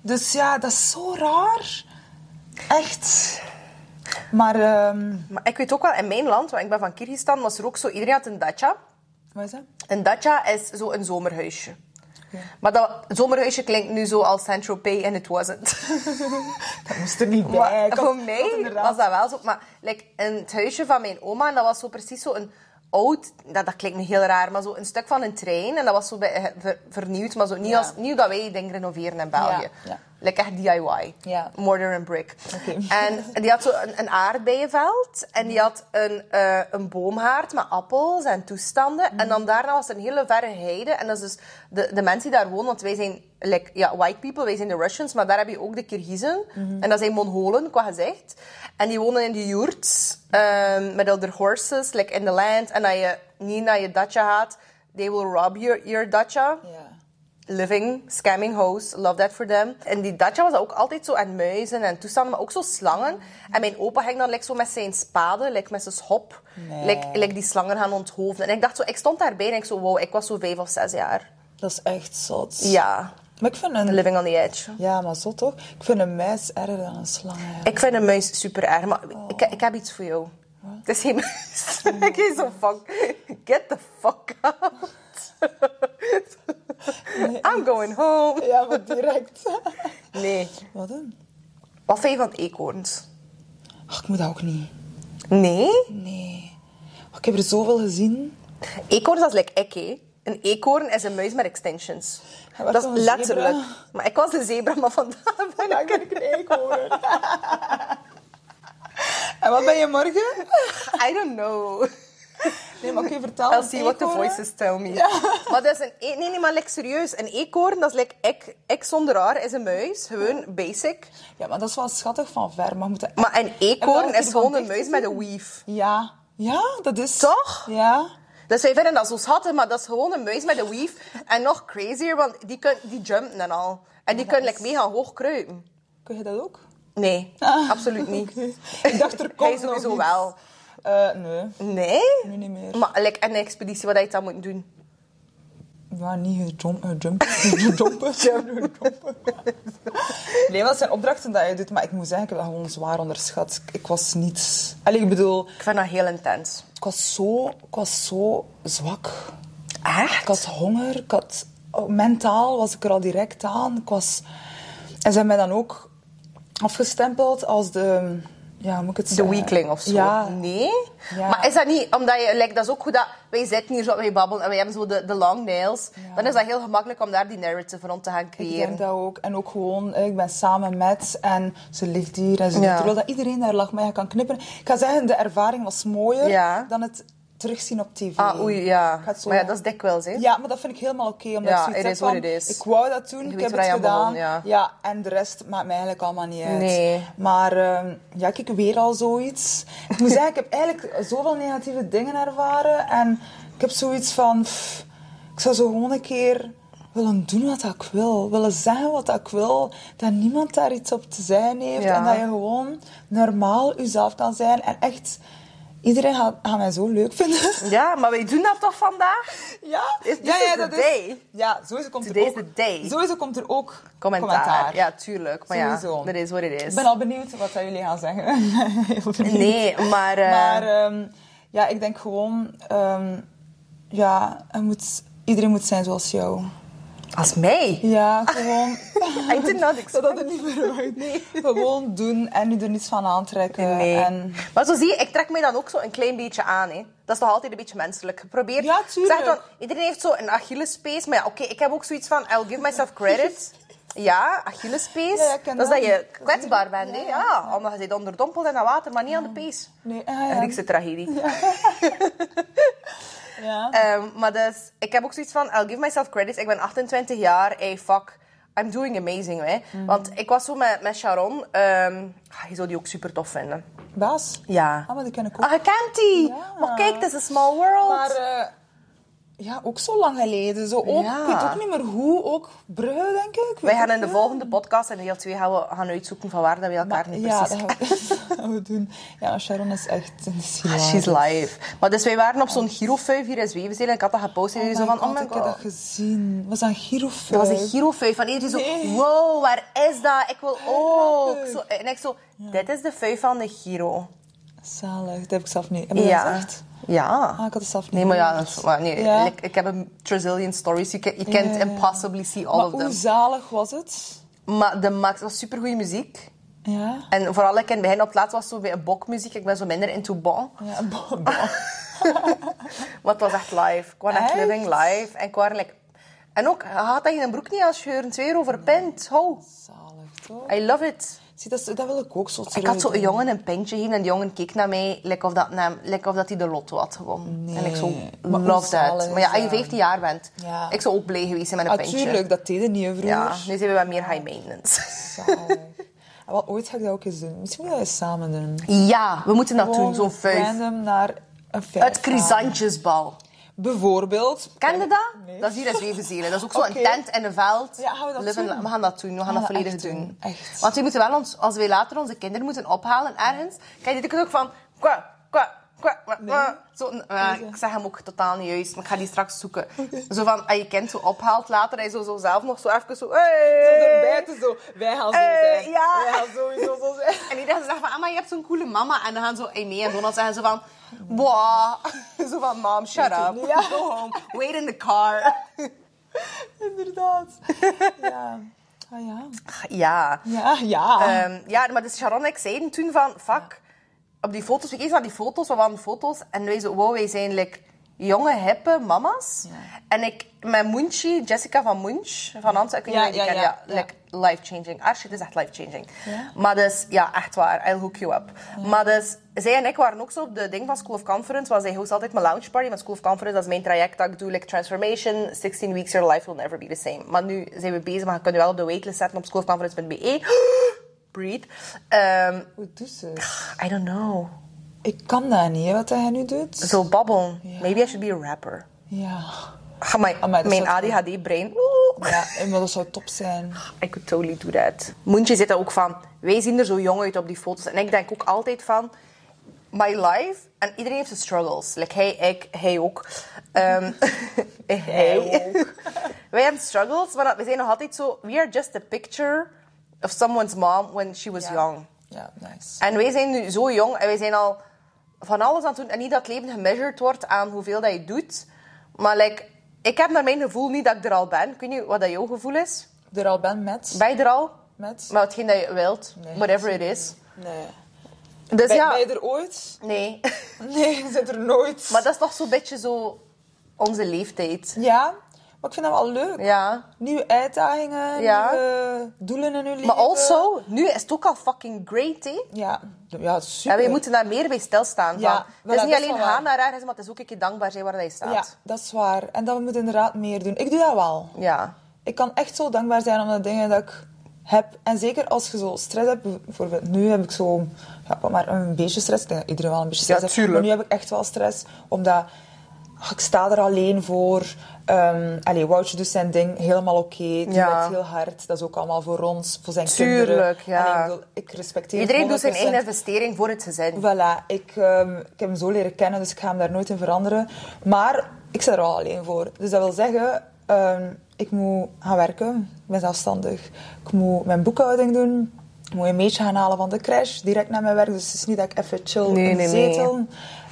Speaker 3: Dus ja, dat is zo raar. Echt. Maar... ehm,
Speaker 1: Maar ik weet ook wel, in mijn land, want ik ben van Kyrgyzstan, was er ook zo... Iedereen had een dacha.
Speaker 3: wat is dat?
Speaker 1: Een dacha is zo'n zomerhuisje.
Speaker 3: Ja.
Speaker 1: Maar dat zomerhuisje klinkt nu zo als Saint-Tropez en het wasn't.
Speaker 3: Dat moest er niet bij.
Speaker 1: Maar
Speaker 3: Ik had-
Speaker 1: voor
Speaker 3: ik
Speaker 1: mij
Speaker 3: had
Speaker 1: was
Speaker 3: inderdaad-
Speaker 1: dat wel zo. Maar like, in het huisje van mijn oma, en dat was zo precies zo een oud... Dat, dat klinkt nu heel raar, maar zo een stuk van een trein. En dat was zo bij, eh, ver- vernieuwd, maar zo niet,
Speaker 3: Ja.
Speaker 1: als, niet hoe dat wij dingen renoveren in België.
Speaker 3: Ja, ja.
Speaker 1: Like echt DIY.
Speaker 3: Ja.
Speaker 1: Mortar and brick.
Speaker 3: Oké.
Speaker 1: En die had zo een, een aardbeienveld. En die had een, eh, een boomhaard met appels en toestanden. En dan daarna was er een hele verre heide. En dat is dus de, de mensen die daar wonen. Want wij zijn like, ja, white people, wij zijn de Russians. Maar daar heb je ook de Kirgizen. En dat zijn Mongolen, qua gezicht. En die wonen in de yurts. ehm, met other horses, like in the land. En als je niet naar je dacha gaat, they will rob your, your dacha
Speaker 3: Ja.
Speaker 1: living, scamming hoes, love that for them. En die dacha was ook altijd zo aan muizen en toestanden, maar ook zo slangen. En mijn opa ging dan like, zo met zijn spade, like, met zijn hop,
Speaker 3: Nee.
Speaker 1: like, like die slangen gaan onthoofden. En ik dacht zo, ik stond daarbij en ik zo, wow, ik was zo vijf of zes jaar.
Speaker 3: Dat is echt zot.
Speaker 1: Ja,
Speaker 3: Maar ik vind een...
Speaker 1: living on the edge.
Speaker 3: Ja, maar zo toch? Ik vind een muis erger dan een slang. hè.
Speaker 1: Ik vind een muis super erg, maar ik, ik heb iets voor jou. Het is geen muis. Ik is zo fuck. Get the fuck out. I'm going home.
Speaker 3: Ja, maar direct.
Speaker 1: Nee.
Speaker 3: Wat dan?
Speaker 1: Wat vind je van eekhoorns?
Speaker 3: Ach, ik moet dat ook niet.
Speaker 1: Nee?
Speaker 3: Nee. Ach, ik heb er zoveel gezien.
Speaker 1: Eekhoorns, dat is like ik, hè. Een eekhoorn is een muis met extensions.
Speaker 3: Hij was
Speaker 1: dat
Speaker 3: toch
Speaker 1: is
Speaker 3: een zebra?
Speaker 1: letterlijk. Maar ik was een zebra, maar vandaag ben ik...
Speaker 3: een eekhoorn. en wat ben je morgen? Oh,
Speaker 1: I don't know.
Speaker 3: Nee, maar kun je vertellen?
Speaker 1: Elsie, what the voices tell me. Maar dat is een... e- Nee, nee, maar like, serieus. Een eekhoorn, dat is like... Ik, ik zonder haar is een muis. Gewoon basic.
Speaker 3: Ja, maar dat is wel schattig van ver, maar moet dat...
Speaker 1: Maar een eekhoorn
Speaker 3: Heb je
Speaker 1: is gewoon
Speaker 3: van
Speaker 1: een
Speaker 3: dicht
Speaker 1: muis met een weave.
Speaker 3: Ja. Ja, dat is...
Speaker 1: Toch?
Speaker 3: Ja.
Speaker 1: Dus wij vinden dat zo schattig, maar dat is gewoon een muis met een weave. En nog crazier, want die, kun, die jumpen en al. En die kunnen like, mega hoog kruipen.
Speaker 3: Kun je dat ook?
Speaker 1: Nee, absoluut niet.
Speaker 3: Ah. Ik dacht, er
Speaker 1: Hij
Speaker 3: komt nog
Speaker 1: sowieso
Speaker 3: iets.
Speaker 1: wel.
Speaker 3: Eh, nee,
Speaker 1: Nee?
Speaker 3: nu niet meer.
Speaker 1: Maar like, in een expeditie, wat had je dan moeten doen?
Speaker 3: Ja, niet gejumpen. Jumpen. Jumpen. Jumpen. Nee, maar dat zijn opdrachten dat je doet. Maar ik moet zeggen, ik heb dat gewoon zwaar onderschat. Ik- Ik was niet... Allee, ik bedoel,
Speaker 1: Ik vind dat heel intens.
Speaker 3: ik was zo, ik was zo zwak. Ik
Speaker 1: Echt?
Speaker 3: had honger. Ik had, oh, mentaal was ik er al direct aan. Ik was, en ze hebben mij dan ook afgestempeld als de... Ja, hoe moet ik het
Speaker 1: De
Speaker 3: zeggen?
Speaker 1: weakling of zo? Mm.
Speaker 3: Ja.
Speaker 1: Nee?
Speaker 3: Ja.
Speaker 1: Maar is dat niet, omdat je, like, dat is ook goed dat wij zitten hier zo, wij babbelen en wij hebben zo de, de long nails. Dan is dat heel gemakkelijk om daar die narrative rond te gaan
Speaker 3: Ik
Speaker 1: creëren.
Speaker 3: denk dat ook. En ook gewoon, eh, ik ben samen met en ze ligt hier en ze
Speaker 1: Ja.
Speaker 3: terwijl dat iedereen daar lag, maar je kan knipperen. Ik ga zeggen, de ervaring was mooier
Speaker 1: Ja.
Speaker 3: dan het terugzien op tv.
Speaker 1: Ah, oei, ja.
Speaker 3: Ik ga het zo-
Speaker 1: Maar ja, dat is dikwijls, hè?
Speaker 3: Ja, maar dat vind ik helemaal oké. omdat
Speaker 1: Ja,
Speaker 3: ik zoiets
Speaker 1: it
Speaker 3: heb
Speaker 1: is what
Speaker 3: van,
Speaker 1: it is.
Speaker 3: Ik wou dat doen, ik
Speaker 1: weet
Speaker 3: heb
Speaker 1: waar
Speaker 3: het
Speaker 1: je aan begon,
Speaker 3: gedaan.
Speaker 1: ja.
Speaker 3: en de rest maakt mij eigenlijk allemaal niet uit.
Speaker 1: Nee.
Speaker 3: Maar ehm, ja, ik weer al zoiets. Ik moet zeggen, ik heb eigenlijk zoveel negatieve dingen ervaren. En ik heb zoiets van... pff, ik zou zo gewoon een keer willen doen wat ik wil. Willen zeggen wat ik wil. Dat niemand daar iets op te zijn heeft.
Speaker 1: Ja.
Speaker 3: En dat je gewoon normaal jezelf kan zijn. En echt... Iedereen gaat, gaat mij zo leuk vinden.
Speaker 1: Ja, maar wij doen dat toch vandaag?
Speaker 3: Ja,
Speaker 1: Is- this
Speaker 3: ja, ja,
Speaker 1: is the
Speaker 3: dat is.
Speaker 1: day.
Speaker 3: Ja, sowieso komt
Speaker 1: Today
Speaker 3: er
Speaker 1: is
Speaker 3: ook.
Speaker 1: the day.
Speaker 3: Sowieso komt er ook
Speaker 1: Commentaar.
Speaker 3: commentaar.
Speaker 1: Ja, tuurlijk. Maar
Speaker 3: Sowieso.
Speaker 1: ja, dat is wat het is.
Speaker 3: Ik ben al benieuwd wat dat jullie gaan zeggen. Heel benieuwd.
Speaker 1: Nee, maar... eh,
Speaker 3: Maar ehm, ja, ik denk gewoon, ehm, ja, er moet, iedereen moet zijn zoals jou.
Speaker 1: Als mij?
Speaker 3: Ja, gewoon.
Speaker 1: I did not
Speaker 3: Ik zou dat er niet verwacht.
Speaker 1: Nee.
Speaker 3: Gewoon doen en je er niets van aantrekken.
Speaker 1: Nee.
Speaker 3: En,
Speaker 1: Maar zo zie je, ik trek mij dan ook zo een klein beetje aan. Hè. Dat is toch altijd een beetje menselijk. Probeer.
Speaker 3: Ja, tuurlijk.
Speaker 1: Zeg dan, iedereen heeft zo een Achillespees. Maar ja, oké, ik heb ook zoiets van, I'll give myself credit. Ja, Achillespees.
Speaker 3: Ja, ja, ik
Speaker 1: dat
Speaker 3: ken
Speaker 1: is dat
Speaker 3: dat.
Speaker 1: je kwetsbaar bent. hè. Ja, omdat je zit onderdompeld in dat water, maar niet aan de pees.
Speaker 3: nee, ah, ja.
Speaker 1: Een Griekse tragedie.
Speaker 3: Ja.
Speaker 1: Ehm, maar dus, ik heb ook zoiets van, I'll give myself credit. Ik ben 28 jaar, hey, fuck. I'm doing amazing, hè.
Speaker 3: Mhm.
Speaker 1: Want ik was zo met, met Sharon. ehm, ah, je zou die ook super tof vinden.
Speaker 3: Baas?
Speaker 1: Ja.
Speaker 3: Ah, maar die ken ik ook.
Speaker 1: Ah, je kent die.
Speaker 3: Ja.
Speaker 1: Maar kijk, het is een small world.
Speaker 3: Maar eh, ja, ook zo lang geleden. Zo ook,
Speaker 1: Ja.
Speaker 3: Ik weet ook niet meer hoe, ook Brugge, denk ik.
Speaker 1: Wij gaan in de volgende podcast in deel 2 gaan we gaan uitzoeken van waar dat we elkaar nu
Speaker 3: Ja,
Speaker 1: precies...
Speaker 3: dat gaan, we, dat gaan we doen. Ja, Sharon is echt een
Speaker 1: Ah, She's live. Maar dus wij waren op zo'n girofuif hier in Zwevenzeel en ik had dat gepost en
Speaker 3: Oh
Speaker 1: jullie zo
Speaker 3: my
Speaker 1: van,
Speaker 3: god,
Speaker 1: oh my
Speaker 3: ik heb dat
Speaker 1: god.
Speaker 3: gezien. Was dat een gyrofuif?
Speaker 1: Dat was een girofuif van iedereen zo,
Speaker 3: Nee.
Speaker 1: wow, waar is dat? Ik wil ook.
Speaker 3: leuk.
Speaker 1: Zo, en ik zo, dit is de fuif van de giro.
Speaker 3: Zalig, dat heb ik zelf niet. Heb je dat
Speaker 1: Ja.
Speaker 3: gezegd?
Speaker 1: Ja.
Speaker 3: Ah, ik had het zelf niet
Speaker 1: Nee, maar ja,
Speaker 3: gehoord.
Speaker 1: dat is- maar nee,
Speaker 3: Ja?
Speaker 1: like, ik heb een Brazilian stories, you, ca- you can't
Speaker 3: Ja, ja, ja.
Speaker 1: impossibly see all
Speaker 3: Eh, Maar
Speaker 1: of
Speaker 3: hoe
Speaker 1: them.
Speaker 3: zalig was het?
Speaker 1: Maar de max was supergoeie muziek.
Speaker 3: Ja.
Speaker 1: En vooral ik in het begin op het laatst was zo bij een bokmuziek. Ik ben zo minder into bon.
Speaker 3: ja bo- bo-
Speaker 1: Maar het was echt live. Ik kwam echt
Speaker 3: Echt?
Speaker 1: living live. En ik was like... En ook, je had dat je een broek niet als je er een tweer over pint. Ho,
Speaker 3: Zalig, toch?
Speaker 1: I love it.
Speaker 3: Zie, dat, is- dat wil ik ook zo
Speaker 1: Ik had zo
Speaker 3: terug
Speaker 1: een
Speaker 3: doen.
Speaker 1: jongen een pintje gegeven en die jongen keek naar mij like of dat hij like of dat hij de lotto had gewonnen. En ik zo,
Speaker 3: Nee. Maar hoe
Speaker 1: love
Speaker 3: zalig
Speaker 1: that.
Speaker 3: is
Speaker 1: Maar ja, als je
Speaker 3: dat?
Speaker 1: 15 jaar bent,
Speaker 3: Ja.
Speaker 1: ik zou ook blij geweest zijn met een
Speaker 3: Ah,
Speaker 1: pintje.
Speaker 3: tuurlijk, dat deden niet hè, vroeger.
Speaker 1: Ja, nu zijn we wat meer high maintenance.
Speaker 3: Zalig. En wel, ooit ga ik dat ook eens doen. Misschien moeten we dat eens samen doen.
Speaker 1: Ja, we moeten dat doen,
Speaker 3: Gewoon
Speaker 1: zo'n vuif.
Speaker 3: Random naar een vijf.
Speaker 1: Het chrysantjesbal.
Speaker 3: Bijvoorbeeld.
Speaker 1: Ken je dat?
Speaker 3: Nee.
Speaker 1: Dat is hier in Zwevenzelen. Dat is ook zo'n
Speaker 3: Oké.
Speaker 1: tent en een veld.
Speaker 3: Ja, gaan we dat
Speaker 1: Live and
Speaker 3: doen?
Speaker 1: la- We gaan dat doen. We gaan dat
Speaker 3: dat
Speaker 1: volledig
Speaker 3: echt
Speaker 1: doen.
Speaker 3: doen. Echt.
Speaker 1: Want we moeten wel, ons, als wij later onze kinderen moeten ophalen ergens... Kijk, dit is ook van... Kwa, kwa, kwa, kwa, kwa. Zo, een- ja, ik zeg hem ook totaal niet juist, maar ik ga die straks zoeken. Zo van, als je kind zo ophaalt later, hij zo, zo zelf nog zo even zo... Hey.
Speaker 3: Zo erbij te zo. Wij gaan zo
Speaker 1: Eh,
Speaker 3: zijn.
Speaker 1: ja.
Speaker 3: Wij gaan sowieso zo zijn.
Speaker 1: En iedereen zegt van, ah, maar je hebt zo'n coole mama. En dan gaan ze mee en Donald zeggen ze van, wow. Zo van, mom, shut up.
Speaker 3: Ja.
Speaker 1: Go home. Wait in the car.
Speaker 3: Inderdaad. Ja. Ah ja.
Speaker 1: Ja.
Speaker 3: Ja, ja.
Speaker 1: Ehm, ja, maar dus Sharon en ik zeiden toen van, fuck. Op die foto's, we keken naar die foto's, we waren foto's. En wij zo, wow, wij zijn like jonge, hippe mama's. En ik, mijn Munchie, Jessica van Munch, van Amsterdam, ik weet
Speaker 3: Ja,
Speaker 1: niet of je die
Speaker 3: ja,
Speaker 1: kent, ja.
Speaker 3: ja, ja.
Speaker 1: Like, life-changing. Archie, het is echt life-changing. Maar dus, ja, echt waar. I'll hook you up. Maar dus, zij en ik waren ook zo op de ding van School of Conference. Want zij host altijd mijn lounge party. Maar School of Conference, dat is mijn traject dat ik doe. Like transformation, 16 weeks, your life will never be the same. Maar nu zijn we bezig, maar je kunt je wel op de waitlist zetten op schoolofconference.be. E. Breathe. Ehm,
Speaker 3: Hoe doet ze?
Speaker 1: I don't know.
Speaker 3: Ik kan dat niet, hè, wat hij nu doet.
Speaker 1: Zo babbel. Maybe I should be a rapper.
Speaker 3: Ja.
Speaker 1: Ah, mijn
Speaker 3: Amai, dat
Speaker 1: mijn
Speaker 3: zou het
Speaker 1: ADHD-brein.
Speaker 3: Ja, maar dat zou top zijn.
Speaker 1: I could totally do that. Moentje zit daar ook van, wij zien er zo jong uit op die foto's. En ik denk ook altijd van, my life... En iedereen heeft zijn struggles. Like hij, ik, hij ook. Ehm, hij ook. wij hebben struggles, maar we zijn nog altijd zo... We are just a picture of someone's mom when she was young.
Speaker 3: Ja, nice.
Speaker 1: En wij zijn nu zo jong en wij zijn al van alles aan het doen. En niet dat het leven gemeasured wordt aan hoeveel dat je doet. Maar like, ik heb naar mijn gevoel niet dat ik er al ben. Ik weet niet wat dat jouw gevoel is.
Speaker 3: Er al ben met.
Speaker 1: Ben je er al?
Speaker 3: Met.
Speaker 1: Maar hetgeen dat je wilt.
Speaker 3: Nee.
Speaker 1: Whatever it is.
Speaker 3: Nee.
Speaker 1: Dus
Speaker 3: Ben,
Speaker 1: ja,
Speaker 3: ben je er ooit?
Speaker 1: nee.
Speaker 3: Nee, zit er nooit.
Speaker 1: maar dat is toch zo'n beetje zo onze leeftijd.
Speaker 3: Ja, maar ik vind dat wel leuk.
Speaker 1: Ja.
Speaker 3: Nieuwe uitdagingen,
Speaker 1: Ja.
Speaker 3: nieuwe doelen in hun leven.
Speaker 1: Maar also, nu is het ook al fucking great, hè?
Speaker 3: Ja, ja
Speaker 1: En
Speaker 3: super.
Speaker 1: we moeten daar meer bij stilstaan.
Speaker 3: Ja,
Speaker 1: van.
Speaker 3: voilà,
Speaker 1: het is niet
Speaker 3: dat is
Speaker 1: alleen
Speaker 3: wel waar.
Speaker 1: gaan naar ergens, maar het is ook een keer dankbaar zijn waar je
Speaker 3: Ja,
Speaker 1: staat.
Speaker 3: dat is waar. En dat we moeten inderdaad meer doen. Ik doe dat wel.
Speaker 1: Ja.
Speaker 3: Ik kan echt zo dankbaar zijn om de dingen dat ik heb. En zeker als je zo stress hebt. Bijvoorbeeld nu heb ik zo ja, wat maar een beetje stress. Ik denk dat iedereen wel een beetje stress heeft.
Speaker 1: tuurlijk.
Speaker 3: Maar nu heb ik echt wel stress. Omdat ah, ik sta er alleen voor. Ehm allee, Woutje doet zijn ding helemaal oké. Die
Speaker 1: Ja.
Speaker 3: werkt heel hard. Dat is ook allemaal voor ons, voor zijn
Speaker 1: Tuurlijk,
Speaker 3: kinderen.
Speaker 1: ja.
Speaker 3: Allee, ik, bedoel, ik respecteer
Speaker 1: Iedereen doet zijn
Speaker 3: 100%
Speaker 1: eigen investering voor het gezin.
Speaker 3: Voilà, ik, ehm, ik heb hem zo leren kennen, dus ik ga hem daar nooit in veranderen. Maar ik sta er al alleen voor. Dus dat wil zeggen, ehm, ik moet gaan werken, ik ben zelfstandig. Ik moet mijn boekhouding doen. Ik moet een meisje gaan halen van de crash, direct naar mijn werk. Dus het is niet dat ik even chill
Speaker 1: Nee,
Speaker 3: in de
Speaker 1: nee, nee.
Speaker 3: zetel.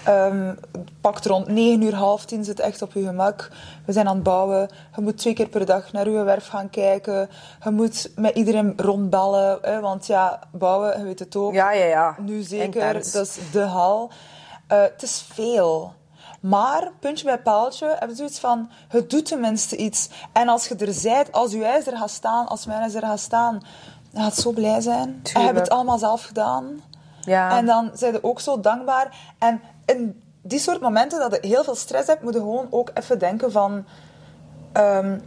Speaker 3: Ehm, het pakt rond 9 uur, half 10 zit echt op je gemak. We zijn aan het bouwen. Je moet twee keer per dag naar uw werf gaan kijken. Je moet met iedereen rondbellen. Hè, want ja, bouwen, je weet het ook.
Speaker 1: Ja, ja, ja.
Speaker 3: Nu zeker,
Speaker 1: Intens.
Speaker 3: dat is de hal. Eh, het is veel. Maar, puntje bij paaltje, hebben ze iets van, het doet tenminste iets. En als je er zijt, als je ijzer gaat staan, als mijn ijzer gaat staan, dan gaat het zo blij zijn. En je hebt het allemaal zelf gedaan.
Speaker 1: Ja.
Speaker 3: En dan zijn ze ook zo dankbaar. En in die soort momenten dat je heel veel stress hebt, moet je gewoon ook even denken van... ehm,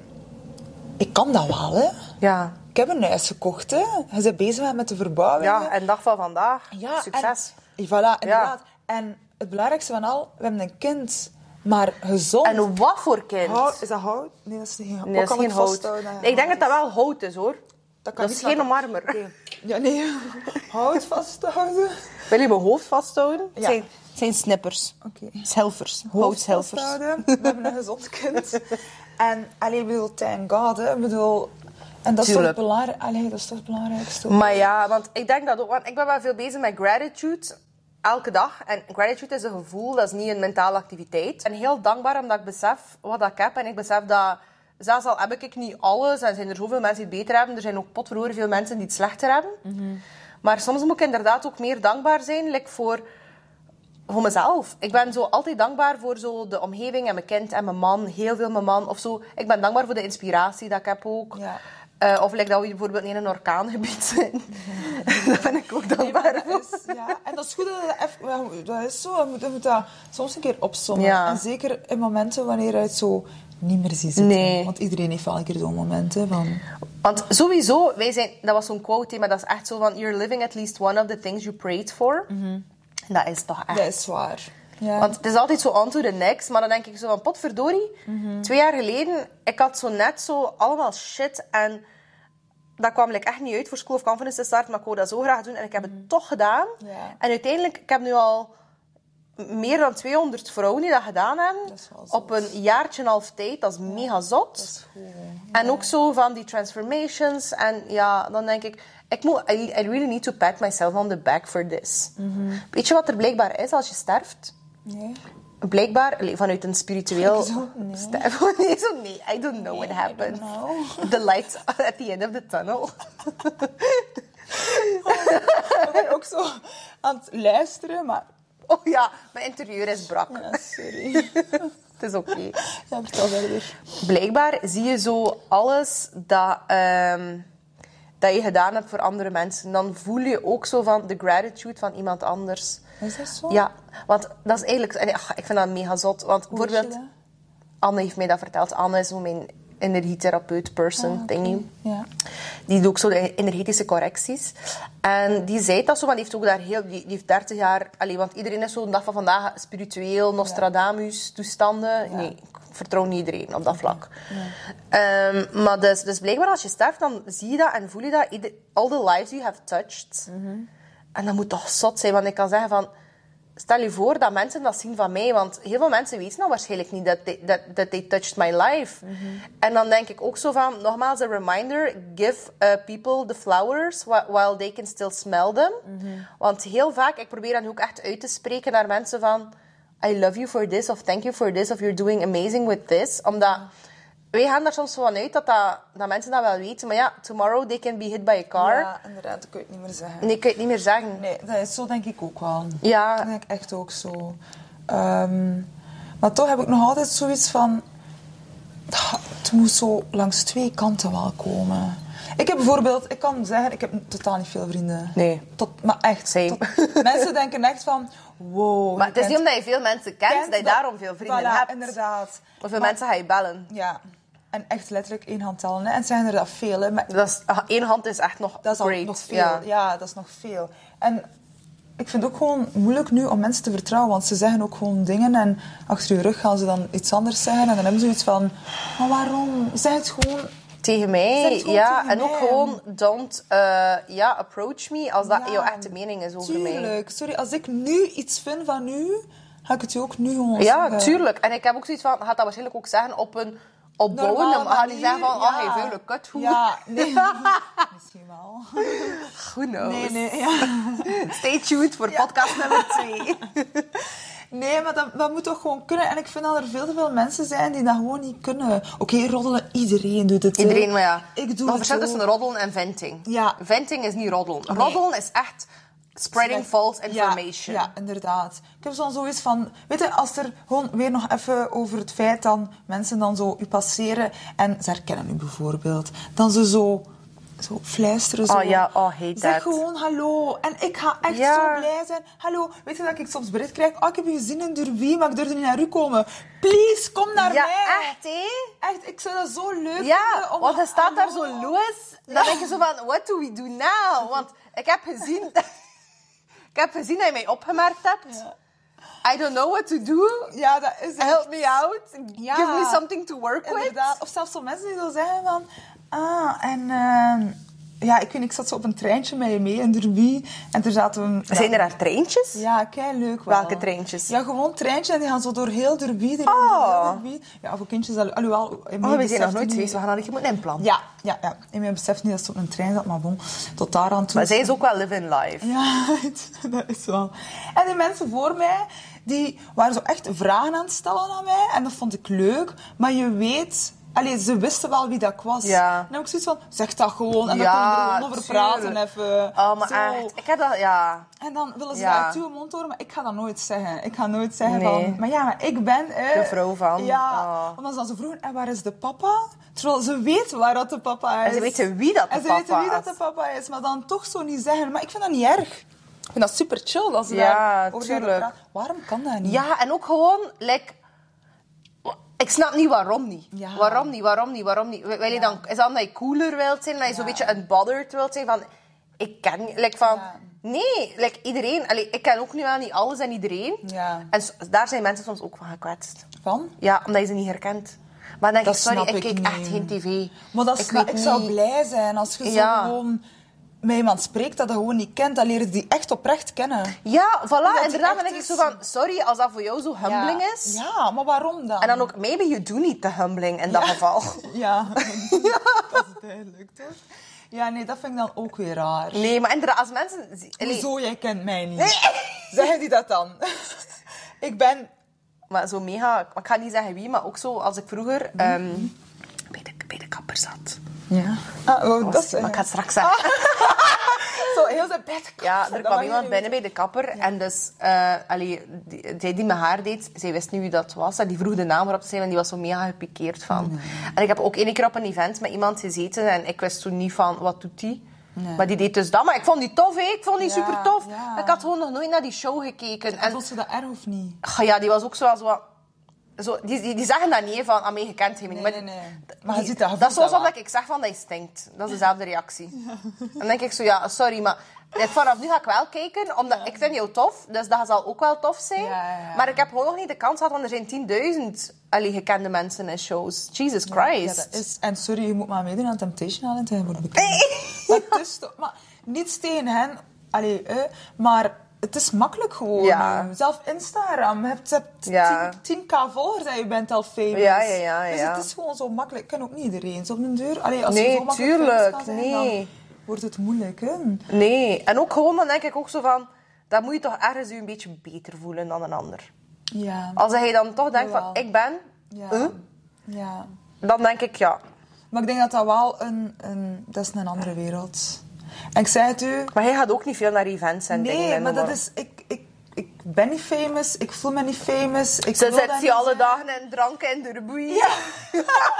Speaker 3: ik kan dat wel, hè.
Speaker 1: Ja.
Speaker 3: Ik heb een huis gekocht, hè. Je bent bezig met de verbouwing.
Speaker 1: Ja, en dag van vandaag.
Speaker 3: Ja,
Speaker 1: Succes.
Speaker 3: En, voilà, inderdaad. En het belangrijkste van al, we hebben een kind. Maar gezond.
Speaker 1: En, wat voor kind?
Speaker 3: hout, is dat hout? Nee, dat is geen hout.
Speaker 1: Nee,
Speaker 3: Oh,
Speaker 1: dat is
Speaker 3: Wat kan
Speaker 1: geen
Speaker 3: ik
Speaker 1: hout.
Speaker 3: vasthouden dat je
Speaker 1: ik denk dat
Speaker 3: hout
Speaker 1: dat
Speaker 3: is?
Speaker 1: wel hout is, hoor. Dat,
Speaker 3: kan
Speaker 1: is
Speaker 3: niet
Speaker 1: geen
Speaker 3: laten-
Speaker 1: marmer.
Speaker 3: Ja, nee. hout vasthouden.
Speaker 1: Wil je mijn hoofd vasthouden? Het
Speaker 3: Ja.
Speaker 1: zijn, het zijn snippers.
Speaker 3: Oké.
Speaker 1: Schelvers.
Speaker 3: Hoofd
Speaker 1: Houtshelvers.
Speaker 3: vasthouden. We hebben een gezond kind. En, allee, ik bedoel, thank God, hè. Ik bedoel... En dat is, toch
Speaker 1: Tuurlijk.
Speaker 3: het belangrij- allee, dat is toch het belangrijkste?
Speaker 1: Maar ja, want ik denk dat ook... Want ik ben wel veel bezig met gratitude. Elke dag. En gratitude is een gevoel, dat is niet een mentale activiteit. Ik ben heel dankbaar omdat ik besef wat dat ik heb. En ik besef dat... Zelfs al heb ik niet alles en zijn er zoveel mensen die het beter hebben. Er zijn ook potverloren veel mensen die het slechter hebben.
Speaker 3: Mhm.
Speaker 1: Maar soms moet ik inderdaad ook meer dankbaar zijn like voor, voor mezelf. Ik ben zo altijd dankbaar voor zo de omgeving en mijn kind en mijn man. Heel veel mijn man of zo. Ik ben dankbaar voor de inspiratie dat ik heb ook.
Speaker 3: Ja.
Speaker 1: Eh, of like dat we bijvoorbeeld niet in een orkaangebied zijn. Daar ben ik ook dankbaar
Speaker 3: Maar
Speaker 1: voor.
Speaker 3: dat is, ja, en dat is goed dat je dat even... wel, Dat is zo, je moet, je moet dat soms een keer opzommen.
Speaker 1: Ja.
Speaker 3: En zeker in momenten wanneer je het zo niet meer ziet zitten.
Speaker 1: Nee.
Speaker 3: Want iedereen heeft wel een keer zo'n moment, hè, van...
Speaker 1: Want sowieso, wij zijn, dat was zo'n quote, hè, maar dat is echt zo van... You're living at least one of the things you prayed for.
Speaker 3: Mhm.
Speaker 1: En Dat is toch echt...
Speaker 3: Dat is waar. Ja.
Speaker 1: Want het is altijd zo on to the next. Maar dan denk ik zo van, potverdorie.
Speaker 3: Mhm.
Speaker 1: Twee jaar geleden, ik had zo net zo allemaal shit. En dat kwam like, echt niet uit voor School of Conference te starten. Maar ik wou dat zo graag doen. En ik heb het toch gedaan.
Speaker 3: Mhm. Ja.
Speaker 1: En uiteindelijk, ik heb nu al meer dan 200 vrouwen die dat gedaan hebben.
Speaker 3: is wel zot.
Speaker 1: op een jaartje en een half tijd. Dat is mega zot.
Speaker 3: Dat is goed, hè.
Speaker 1: En ook zo van die transformations. En ja, dan denk ik... Ik moet, I, I really need to pat myself on the back for this.
Speaker 3: Mhm.
Speaker 1: Weet je wat er blijkbaar is als je sterft?
Speaker 3: Nee.
Speaker 1: Blijkbaar, allee, vanuit een spiritueel...
Speaker 3: Ik zo, nee.
Speaker 1: ster- nee, zo, nee, I don't know what
Speaker 3: I
Speaker 1: happened.
Speaker 3: don't know.
Speaker 1: The lights at the end of the tunnel.
Speaker 3: Ik ben ook zo aan het luisteren, maar...
Speaker 1: Oh ja, mijn interieur is brak.
Speaker 3: Ja, sorry.
Speaker 1: Het is oké.
Speaker 3: Ja, vertel verder.
Speaker 1: Blijkbaar zie je zo alles dat, ehm, dat je gedaan hebt voor andere mensen. Dan voel je ook zo van de gratitude van iemand anders.
Speaker 3: Is dat zo?
Speaker 1: Ja, want dat is eigenlijk... en, ach, ik vind dat mega zot. Want
Speaker 3: Hoe weet je
Speaker 1: bijvoorbeeld, Anne heeft mij dat verteld. Anne is zo mijn energietherapeut, person,
Speaker 3: dat?
Speaker 1: thingy.
Speaker 3: Ja.
Speaker 1: Die doet ook zo de energetische correcties. En die zei dat zo, maar die heeft ook daar heel... Die, die heeft 30 jaar... Allee, want iedereen is zo'n dag van vandaag spiritueel, Nostradamus, toestanden. Nee, ik vertrouw niet iedereen op dat vlak. Ehm, maar dus, dus blijkbaar als je sterft, dan zie je dat en voel je dat. Ieder- all the lives you have touched. En dat moet toch zot zijn, want ik kan zeggen van... Stel je voor dat mensen dat zien van mij, want heel veel mensen weten nou waarschijnlijk niet dat they, that, that they touched my life.
Speaker 3: Mhm.
Speaker 1: En dan denk ik ook zo van, nogmaals een reminder, give uh, people the flowers whi- while they can still smell them.
Speaker 3: Mhm.
Speaker 1: Want heel vaak, ik probeer dan ook echt uit te spreken naar mensen van, I love you for this, of thank you for this, of you're doing amazing with this. Omdat, wij gaan daar soms van uit dat, dat, dat mensen dat wel weten, maar ja, tomorrow they can be hit by a car.
Speaker 3: ja, inderdaad, dat kun je het niet meer zeggen.
Speaker 1: Nee, ik kan het niet meer zeggen.
Speaker 3: Nee, dat is zo denk ik ook wel.
Speaker 1: Ja.
Speaker 3: Dat denk ik echt ook zo. Ehm, maar toch heb ik nog altijd zoiets van... ah, Het moet zo langs twee kanten wel komen. Ik heb bijvoorbeeld... Ik kan zeggen, ik heb totaal niet veel vrienden.
Speaker 1: Nee.
Speaker 3: Tot, maar echt.
Speaker 1: Same.
Speaker 3: tot- mensen denken echt van... Wow.
Speaker 1: Maar het
Speaker 3: je
Speaker 1: is
Speaker 3: kent-
Speaker 1: niet omdat je veel mensen kent,
Speaker 3: kent
Speaker 1: dat je
Speaker 3: dat-
Speaker 1: daarom veel vrienden
Speaker 3: Voilà,
Speaker 1: hebt.
Speaker 3: inderdaad.
Speaker 1: Hoeveel
Speaker 3: Maar-
Speaker 1: mensen ga je bellen?
Speaker 3: Ja. En echt letterlijk één hand tellen. hè. En het zijn er dat veel, hè. Maar
Speaker 1: Dat is, ah, één hand is echt nog
Speaker 3: Dat is al
Speaker 1: great.
Speaker 3: nog veel.
Speaker 1: Ja.
Speaker 3: Ja. dat is nog veel. En ik vind het ook gewoon moeilijk nu om mensen te vertrouwen. Want ze zeggen ook gewoon dingen en achter je rug gaan ze dan iets anders zeggen. En dan hebben ze iets van, maar waarom? Zeg het gewoon.
Speaker 1: Tegen mij,
Speaker 3: Zeg het gewoon
Speaker 1: ja.
Speaker 3: tegen
Speaker 1: en ook
Speaker 3: mij.
Speaker 1: gewoon, don't eh, ja, approach me als dat
Speaker 3: Ja,
Speaker 1: jouw echte mening is over mij.
Speaker 3: Tuurlijk. Sorry, als ik nu iets vind van u, ga ik het u ook nu gewoon
Speaker 1: Ja,
Speaker 3: zeggen.
Speaker 1: tuurlijk. En ik heb ook zoiets van, gaat dat waarschijnlijk ook zeggen op een
Speaker 3: Normaal
Speaker 1: opbouwende maar Ga niet
Speaker 3: manier,
Speaker 1: zeggen van,
Speaker 3: ja.
Speaker 1: ah, oh, je vuile kuthoer.
Speaker 3: Ja, nee. Misschien wel.
Speaker 1: Who knows?
Speaker 3: Nee, nee, ja.
Speaker 1: Stay tuned voor podcast nummer twee.
Speaker 3: Nee, maar dat, dat moet toch gewoon kunnen. En ik vind dat er veel te veel mensen zijn die dat gewoon niet kunnen. Oké, roddelen, iedereen doet het. hè.
Speaker 1: Iedereen, maar ja.
Speaker 3: Ik doe
Speaker 1: maar
Speaker 3: het
Speaker 1: verschil
Speaker 3: ook.
Speaker 1: tussen roddelen en venting.
Speaker 3: Ja.
Speaker 1: Venting is niet roddelen. Roddelen is echt spreading false information.
Speaker 3: Ja, ja, inderdaad. Ik heb soms zoiets van... Weet je, als er gewoon weer nog even over het feit dat mensen dan zo u passeren en ze herkennen u bijvoorbeeld, dan ze zo... Zo fluisteren, zo.
Speaker 1: Oh ja, oh, hate
Speaker 3: Zeg
Speaker 1: that.
Speaker 3: gewoon hallo. En ik ga echt
Speaker 1: Ja.
Speaker 3: zo blij zijn. Hallo, weet je dat ik soms bericht krijg? Oh, ik heb je gezien in Durby, maar ik durfde niet naar u komen. Please, kom naar
Speaker 1: Ja,
Speaker 3: mij.
Speaker 1: echt, hè?
Speaker 3: Echt, ik zou dat zo leuk
Speaker 1: Ja,
Speaker 3: vinden. om-
Speaker 1: want hij staat daar zo,
Speaker 3: Hallo.
Speaker 1: Louis. Dan denk je zo van, what do we do now? Want ik heb gezien... ik heb gezien dat je mij opgemerkt hebt. I don't know what to do.
Speaker 3: Ja, dat is echt-
Speaker 1: Help me out.
Speaker 3: Ja.
Speaker 1: Give me something to work with.
Speaker 3: Inderdaad. Of zelfs zo mensen die zo zeggen van... Ah, en... ehm, ja, ik weet niet, ik zat zo op een treintje met je mee in Derby. En er zaten we...
Speaker 1: Zijn er daar treintjes? Oh,
Speaker 3: Ja, kei leuk
Speaker 1: Welke treintjes?
Speaker 3: Ja, gewoon treintjes en die gaan zo door heel Derby. Die
Speaker 1: Oh.
Speaker 3: gaan door heel Derby. Ja, voor kindjes... al- Alhoewel... in mijn
Speaker 1: Oh, we
Speaker 3: besef
Speaker 1: zijn nog nooit
Speaker 3: niet-
Speaker 1: geweest. We gaan dat een keer moeten inplannen.
Speaker 3: Ja, ja, ja. In mijn besef niet dat ze op een trein zat, maar bon. Tot daar aan toe.
Speaker 1: Maar zij is ook wel living life.
Speaker 3: Ja, dat is wel. En die mensen voor mij, die waren zo echt vragen aan het stellen aan mij. En dat vond ik leuk. Maar je weet... Allee, ze wisten wel wie dat ik was.
Speaker 1: Ja.
Speaker 3: En dan heb ik zoiets van, zeg dat gewoon. En
Speaker 1: Ja,
Speaker 3: dan kunnen we er gewoon over praten
Speaker 1: tuurlijk.
Speaker 3: even.
Speaker 1: Oh, maar
Speaker 3: Zo.
Speaker 1: echt. Ik heb dat... Ja.
Speaker 3: En dan willen ze
Speaker 1: Ja.
Speaker 3: daartoe een mond horen, maar ik ga dat nooit zeggen. Ik ga nooit zeggen
Speaker 1: Nee.
Speaker 3: van, maar ja, maar ik ben... eh,
Speaker 1: De vrouw van.
Speaker 3: Ja,
Speaker 1: Oh.
Speaker 3: omdat ze dan zo vroegen, en waar is de papa? Terwijl ze weet waar dat de papa is.
Speaker 1: En ze weten wie dat de
Speaker 3: En ze
Speaker 1: papa
Speaker 3: weten wie dat
Speaker 1: is.
Speaker 3: de papa is, maar dan toch zo niet zeggen. Maar ik vind dat niet erg. Ik vind dat super chill dat ze
Speaker 1: Ja,
Speaker 3: daar over zouden
Speaker 1: tuurlijk.
Speaker 3: praten. Waarom kan dat niet?
Speaker 1: Ja, en ook gewoon, like, wa- ik snap niet waarom niet.
Speaker 3: Ja.
Speaker 1: Waarom niet, waarom niet, waarom niet. Wil wil je dan, is dat omdat je cooler wilt zijn, dat je zo'n beetje unbothered wilt zijn van, ik ken, je- like van,
Speaker 3: Ja.
Speaker 1: nee, like iedereen, allee, ik ken ook nu wel niet alles en iedereen.
Speaker 3: Ja.
Speaker 1: En s- daar zijn mensen soms ook van gekwetst.
Speaker 3: Van?
Speaker 1: Ja, omdat je ze niet herkent. Maar dan denk
Speaker 3: Dat
Speaker 1: ik, sorry,
Speaker 3: snap
Speaker 1: ik
Speaker 3: ik
Speaker 1: kijk
Speaker 3: niet.
Speaker 1: echt geen tv.
Speaker 3: Maar dat is,
Speaker 1: ik
Speaker 3: ik,
Speaker 1: weet
Speaker 3: zou
Speaker 1: niet.
Speaker 3: blij zijn als je
Speaker 1: Ja.
Speaker 3: zo gewoon met iemand spreekt dat je gewoon niet kent. Dan leren ze die echt oprecht kennen.
Speaker 1: Ja, voilà,
Speaker 3: die
Speaker 1: inderdaad. Dan
Speaker 3: echt
Speaker 1: denk ik
Speaker 3: is.
Speaker 1: zo van, sorry als dat voor jou zo humbling
Speaker 3: Ja.
Speaker 1: is.
Speaker 3: Ja, maar waarom dan?
Speaker 1: En dan ook, maybe you do need the humbling in dat geval.
Speaker 3: Ja, dat is duidelijk toch? Ja, nee, dat vind ik dan ook weer raar.
Speaker 1: Nee, maar inderdaad, als mensen... zi- allee,
Speaker 3: Hoezo, jij kent mij niet? Zeggen die dat dan? ik ben...
Speaker 1: Maar zo mega... maar Ik ga niet zeggen wie, maar ook zo als ik vroeger ehm, bij, de, bij de kapper zat.
Speaker 3: Ja. Ah, wou dat
Speaker 1: Maar ik
Speaker 3: zeggen?
Speaker 1: ga het straks zeggen.
Speaker 3: Zo heel zijn bed.
Speaker 1: Ja, er kwam iemand binnen bij de kapper. En dus, eh allee, die, zij die mijn haar deed, zij wist niet wie dat was. En die vroeg de naam erop te zijn en die was zo mega gepikeerd van. En ik heb ook één keer op een event met iemand gezeten en ik wist toen niet van, wat doet die? Maar die deed dus dat. Maar ik vond die tof, hè. Ik vond die
Speaker 3: Ja,
Speaker 1: super tof.
Speaker 3: ja.
Speaker 1: Ik had gewoon nog nooit naar die show gekeken. En
Speaker 3: Vond ze dat erg of niet?
Speaker 1: Ah, ja, die was ook zoals wat... Zo, die, die, die zeggen dat niet, hè, van, ah, mee, je kent hem niet.
Speaker 3: Nee, nee, nee. Maar je
Speaker 1: die-
Speaker 3: ziet dat, je
Speaker 1: Dat is
Speaker 3: voelt
Speaker 1: zoals
Speaker 3: dat
Speaker 1: wat ik zeg van, dat je stinkt. Dat is dezelfde reactie. Dan denk ik zo, ja, sorry, maar dit- vanaf nu ga ik wel kijken, omdat ik vind jou tof, dus dat zal ook wel tof zijn.
Speaker 3: Ja, ja, ja.
Speaker 1: Maar ik heb gewoon nog niet de kans gehad, want er zijn 10.000 allee, gekende mensen in shows. Jesus Christ.
Speaker 3: Ja, dat is, en sorry, je moet maar meedoen aan Temptation Island en je wordt bekend. Dat is toch... Maar niets tegen hen. Allee, eh, maar het is makkelijk gewoon.
Speaker 1: Ja.
Speaker 3: nu. Zelf Instagram. Je hebt, je hebt
Speaker 1: Ja.
Speaker 3: 10, k volgers en je bent al famous.
Speaker 1: Ja, ja, ja,
Speaker 3: Dus
Speaker 1: ja.
Speaker 3: het is gewoon zo makkelijk. Ik ken ook niet iedereen. Zo op een deur. Allee, als je
Speaker 1: Nee,
Speaker 3: zo makkelijk famous
Speaker 1: tuurlijk,
Speaker 3: kan zijn,
Speaker 1: nee.
Speaker 3: dan wordt het moeilijk. Hè?
Speaker 1: Nee, en ook gewoon, dan denk ik ook zo van, dan moet je toch ergens je een beetje beter voelen dan een ander.
Speaker 3: Ja.
Speaker 1: Als hij dan toch denkt van,
Speaker 3: Jawel.
Speaker 1: ik ben,
Speaker 3: Ja.
Speaker 1: huh?
Speaker 3: ja.
Speaker 1: dan denk ik, ja,
Speaker 3: Maar ik denk dat dat wel een... een dat is een andere wereld. En ik zei het u,
Speaker 1: Maar hij gaat ook niet veel naar events en dingen.
Speaker 3: Nee,
Speaker 1: en
Speaker 3: maar
Speaker 1: noem
Speaker 3: dat is... Ik, ik, ik ben niet famous, ik voel me niet famous. Ik
Speaker 1: Ze
Speaker 3: wil dat
Speaker 1: Dus zet
Speaker 3: niet
Speaker 1: ze alle
Speaker 3: zijn.
Speaker 1: dagen en drank en derboei.
Speaker 3: Ja.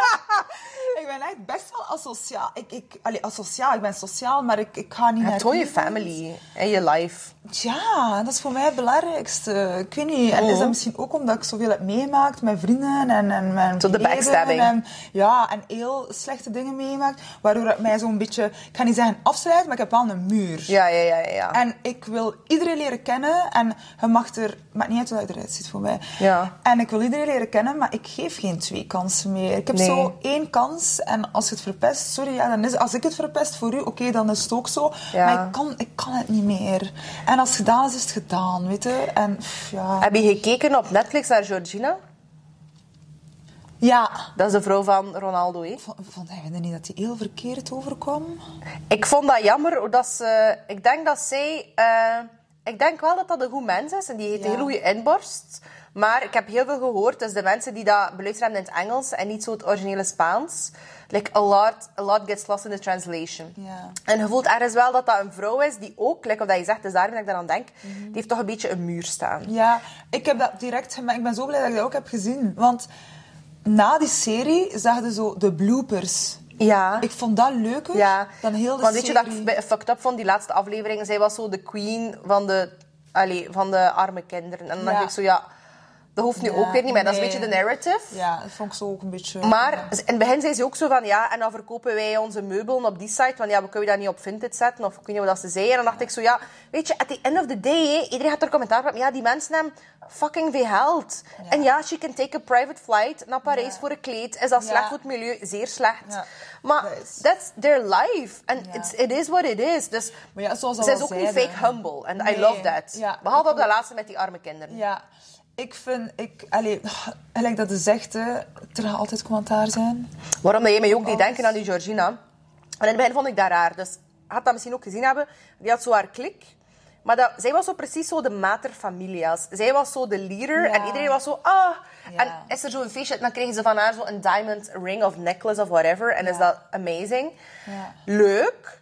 Speaker 3: ik ben echt best wel asociaal. Ik, ik, allee, asociaal, ik ben sociaal, maar ik, ik ga niet
Speaker 1: Je
Speaker 3: naar...
Speaker 1: hebt gewoon je
Speaker 3: events.
Speaker 1: family en je life.
Speaker 3: Ja, dat is voor mij het belangrijkste. Ik weet niet, en is
Speaker 1: Oh.
Speaker 3: dat misschien ook omdat ik zoveel heb meegemaakt met vrienden en, en mijn
Speaker 1: Tot de
Speaker 3: verleden
Speaker 1: backstabbing.
Speaker 3: En, ja, en heel slechte dingen meegemaakt, waardoor het mij zo'n beetje... Ik ga niet zeggen afsluit, maar ik heb wel een muur.
Speaker 1: Ja, ja, ja, ja, ja.
Speaker 3: En ik wil iedereen leren kennen. En je mag er... Maakt niet uit hoe hij eruit ziet voor mij.
Speaker 1: Ja.
Speaker 3: En ik wil iedereen leren kennen, maar ik geef geen twee kansen meer. Ik heb
Speaker 1: Nee.
Speaker 3: zo één kans. En als je het verpest, sorry, ja, dan is, als ik het verpest voor u, oké, dan is het ook zo.
Speaker 1: Ja.
Speaker 3: Maar ik kan, ik kan het niet meer. En als het gedaan is, is het gedaan, weet je. En pff, ja...
Speaker 1: Heb je gekeken op Netflix naar Georgina?
Speaker 3: Ja...
Speaker 1: Dat is de vrouw van Ronaldo, hè?
Speaker 3: Vond- Vond hij er niet dat hij heel verkeerd overkwam?
Speaker 1: Ik vond dat jammer. Dat ze, ik denk dat zij... eh, ik denk wel dat dat een goed mens is. En die heeft
Speaker 3: Ja.
Speaker 1: een hele goede inborst. Maar ik heb heel veel gehoord. Dus de mensen die dat beluisteren hebben in het Engels en niet zo het originele Spaans. Like, a lot, a lot gets lost in the translation.
Speaker 3: Ja.
Speaker 1: En je voelt ergens wel dat dat een vrouw is die ook, like, of dat je zegt, dus daarom dat ik daaraan denk,
Speaker 3: Mhm.
Speaker 1: die heeft toch een beetje een muur staan.
Speaker 3: Ja, ik heb dat direct gemerkt. Ik ben zo blij dat ik dat ook heb gezien. Want na die serie zag je zo de bloopers.
Speaker 1: Ja.
Speaker 3: Ik vond dat leuker
Speaker 1: ja.
Speaker 3: dan heel de
Speaker 1: Want weet
Speaker 3: serie.
Speaker 1: je dat ik bij- fucked up vond, die laatste aflevering? Zij was zo de queen van de, allee, van de arme kinderen. En dan dacht
Speaker 3: Ja.
Speaker 1: ik zo, ja, dat hoeft nu
Speaker 3: Ja,
Speaker 1: ook weer niet meer. Dat is een
Speaker 3: nee.
Speaker 1: beetje de narrative.
Speaker 3: Ja, dat vond ik zo ook een beetje...
Speaker 1: Maar in het begin zei ze ook zo van, ja, en dan verkopen wij onze meubelen op die site. Want ja, we kunnen dat niet op Vinted zetten, of kun je dat ze zeiden. En dan dacht ik zo, ja, weet je, at the end of the day, hè, iedereen had er commentaar op. Maar ja, die mensen hebben fucking veel geld. En ja, she can take a private flight naar Parijs voor een kleed. Is dat
Speaker 3: Ja.
Speaker 1: slecht voor het milieu? Zeer slecht.
Speaker 3: Ja,
Speaker 1: Maar
Speaker 3: dat is-
Speaker 1: that's their life. And
Speaker 3: Ja.
Speaker 1: it's, it is what it is. Dus
Speaker 3: Maar ja, zoals dat
Speaker 1: zij is
Speaker 3: wel
Speaker 1: ook niet
Speaker 3: zeiden.
Speaker 1: fake humble. And I
Speaker 3: Nee.
Speaker 1: love that.
Speaker 3: Ja,
Speaker 1: Behalve
Speaker 3: ik
Speaker 1: op dat laatste met die arme kinderen.
Speaker 3: Ja, ik vind... Ik, allee, gelijk dat ze zegt, hè, er gaat altijd commentaar zijn.
Speaker 1: Waarom dat jij mij ook die
Speaker 3: Alles.
Speaker 1: denken aan die Georgina. En in het begin vond ik dat raar. Dus had dat misschien ook gezien hebben. Die had zo haar klik. Maar dat, zij was zo precies zo de mater familias. Zij was zo de leader.
Speaker 3: Ja.
Speaker 1: En iedereen was zo... Ah.
Speaker 3: Ja.
Speaker 1: En is er zo'n feestje, dan kregen ze van haar zo'n diamond ring of necklace of whatever. En is dat amazing.
Speaker 3: Ja.
Speaker 1: Leuk.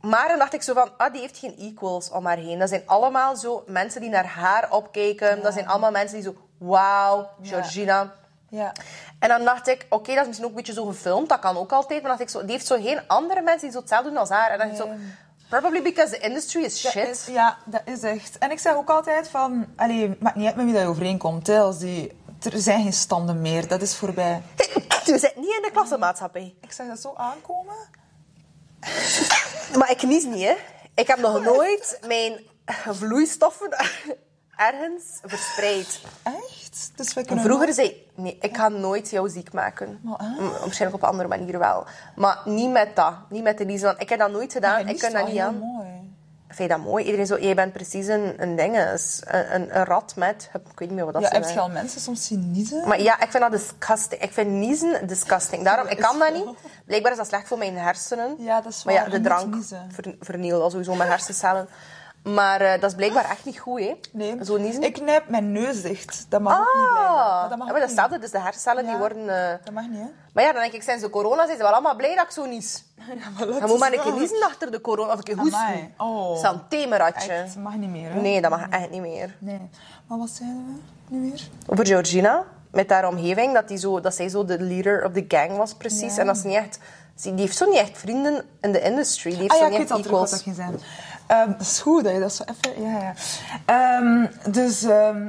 Speaker 1: Maar dan dacht ik zo van, ah, die heeft geen equals om haar heen. Dat zijn allemaal zo mensen die naar haar opkijken. Dat zijn allemaal mensen die zo, wauw, Georgina.
Speaker 3: Ja.
Speaker 1: En dan dacht ik, oké, dat is misschien ook een beetje zo gefilmd, dat kan ook altijd. Maar dan dacht ik zo, die heeft zo geen andere mensen die zo hetzelfde doen als haar. En dan dacht ik zo, probably because the industry is
Speaker 3: Dat
Speaker 1: shit.
Speaker 3: is- ja, dat is echt. En ik zeg ook altijd van... Allee, maakt niet uit met wie dat je overeenkomt. Hè, als die, er zijn geen standen meer. Dat is voorbij.
Speaker 1: We zitten niet in de klassenmaatschappij.
Speaker 3: Ik zeg dat zo aankomen.
Speaker 1: Maar ik nies niet, hè. Ik heb nog nooit mijn vloeistoffen ergens verspreid.
Speaker 3: Echt? Dus wij kunnen...
Speaker 1: Vroeger zei nee, ik ga nooit jou ziek maken.
Speaker 3: Maar, ah.
Speaker 1: M- Waarschijnlijk op een andere manier wel. Maar niet met dat. Niet met de liefde, want ik heb dat nooit gedaan.
Speaker 3: Ja,
Speaker 1: ik kan dat
Speaker 3: is
Speaker 1: niet
Speaker 3: wel
Speaker 1: aan.
Speaker 3: heel mooi.
Speaker 1: Vind je dat mooi? Iedereen zo, jij bent precies een, een dinges. Een, een, een rat met, ik weet niet meer wat dat
Speaker 3: Ja,
Speaker 1: zijn,
Speaker 3: heb je
Speaker 1: hè.
Speaker 3: al mensen soms zien niezen?
Speaker 1: Maar ja, ik vind dat disgusting. Ik vind niezen disgusting. Daarom, ik kan dat niet. Blijkbaar is dat slecht voor mijn hersenen.
Speaker 3: Ja, dat is
Speaker 1: Maar
Speaker 3: waar.
Speaker 1: ja,
Speaker 3: Je
Speaker 1: de
Speaker 3: moet
Speaker 1: drank
Speaker 3: niezen.
Speaker 1: ver, vernielt al sowieso mijn hersencellen. Maar eh, dat is blijkbaar echt niet goed, hè?
Speaker 3: Nee.
Speaker 1: Zo niezen.
Speaker 3: Ik knijp mijn neus dicht. Dat mag
Speaker 1: Ah,
Speaker 3: ook niet blijven. Maar
Speaker 1: dat
Speaker 3: mag
Speaker 1: ja,
Speaker 3: ook
Speaker 1: maar
Speaker 3: niet.
Speaker 1: datzelfde. Dus de hersencellen die
Speaker 3: Ja.
Speaker 1: worden... eh,
Speaker 3: Dat mag niet, hè?
Speaker 1: Maar ja, dan denk ik, sinds de corona zijn ze wel allemaal blij dat ik zo nies. Je moet maar een keer niezen achter de corona of een keer hoesten.
Speaker 3: Amai. Oh.
Speaker 1: Santé, mijn ratje.
Speaker 3: Echt, dat mag niet meer, hè?
Speaker 1: Nee, dat mag echt niet meer.
Speaker 3: Nee. Maar wat zeiden we nu weer?
Speaker 1: Over Georgina, met haar omgeving, dat, die zo, dat zij zo de leader of the gang was, precies.
Speaker 3: Ja.
Speaker 1: En dat is niet echt... zie, Die heeft zo niet echt vrienden in de industry. Die heeft
Speaker 3: Ah ja,
Speaker 1: zo
Speaker 3: ik
Speaker 1: niet
Speaker 3: weet
Speaker 1: echt
Speaker 3: al terug wat
Speaker 1: equals.
Speaker 3: dat ging zijn. Ehm, dat is goed dat je dat zo even... Ja, ja. Ehm, dus ehm,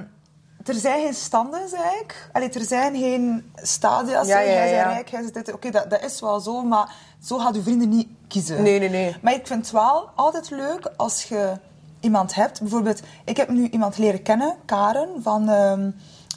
Speaker 3: er zijn geen standen, zei ik. Allee, er zijn geen stadia,
Speaker 1: Ja,
Speaker 3: zei
Speaker 1: ja,
Speaker 3: jij.
Speaker 1: ja.
Speaker 3: zei rijk, jij zei dit. Oké, dat, dat is wel zo, maar zo gaat je vrienden niet kiezen.
Speaker 1: Nee, nee, nee.
Speaker 3: Maar ik vind het wel altijd leuk als je iemand hebt. Bijvoorbeeld, ik heb nu iemand leren kennen, Karen, van ehm,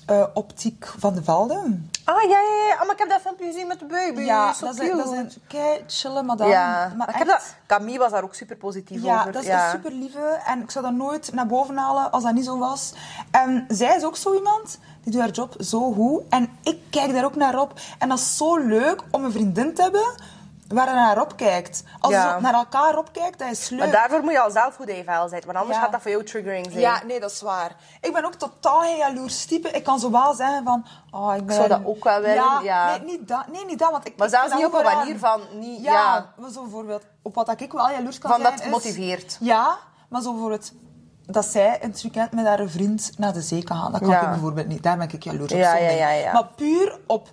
Speaker 3: eh, Optiek van de Velden.
Speaker 1: Ah, ja, ja, ja. Ah, maar ik heb dat filmpje gezien met de baby.
Speaker 3: Ja,
Speaker 1: zo
Speaker 3: dat is,
Speaker 1: cute.
Speaker 3: dat is een kei chille madame.
Speaker 1: ja,
Speaker 3: Maar
Speaker 1: ik heb
Speaker 3: echt-
Speaker 1: dat... Camille was daar ook super positief
Speaker 3: ja,
Speaker 1: over.
Speaker 3: dat is een super lieve. En ik zou dat nooit naar boven halen als dat niet zo was. En zij is ook zo iemand. Die doet haar job zo goed. En ik kijk daar ook naar op. En dat is zo leuk om een vriendin te hebben waar je naar opkijkt. Als
Speaker 1: Ja.
Speaker 3: je zo naar elkaar opkijkt, dat is leuk.
Speaker 1: Maar daarvoor moet je al zelf goed in je vel zijn, want anders
Speaker 3: Ja.
Speaker 1: gaat dat voor jou triggering zijn.
Speaker 3: Ja, nee, dat is waar. Ik ben ook totaal geen jaloers type. Ik kan zo wel zeggen van... Oh, ik, ben...
Speaker 1: zou dat ook wel willen, ja.
Speaker 3: Nee, niet dat, nee, niet dat want ik,
Speaker 1: Maar
Speaker 3: ik
Speaker 1: zelfs
Speaker 3: vind
Speaker 1: niet
Speaker 3: dat ook
Speaker 1: op een
Speaker 3: wel
Speaker 1: manier
Speaker 3: raar.
Speaker 1: van niet-
Speaker 3: Ja,
Speaker 1: ja.
Speaker 3: maar zo bijvoorbeeld... Op wat ik wel jaloers kan
Speaker 1: Van
Speaker 3: zijn
Speaker 1: dat
Speaker 3: is-
Speaker 1: motiveert.
Speaker 3: Ja, maar zo bijvoorbeeld... Dat zij in het weekend met haar vriend naar de zee kan gaan. Dat kan
Speaker 1: Ja.
Speaker 3: ik bijvoorbeeld niet. Daar ben ik jaloers op.
Speaker 1: Ja,
Speaker 3: zo'n
Speaker 1: ja,
Speaker 3: ding.
Speaker 1: ja, ja.
Speaker 3: Maar puur op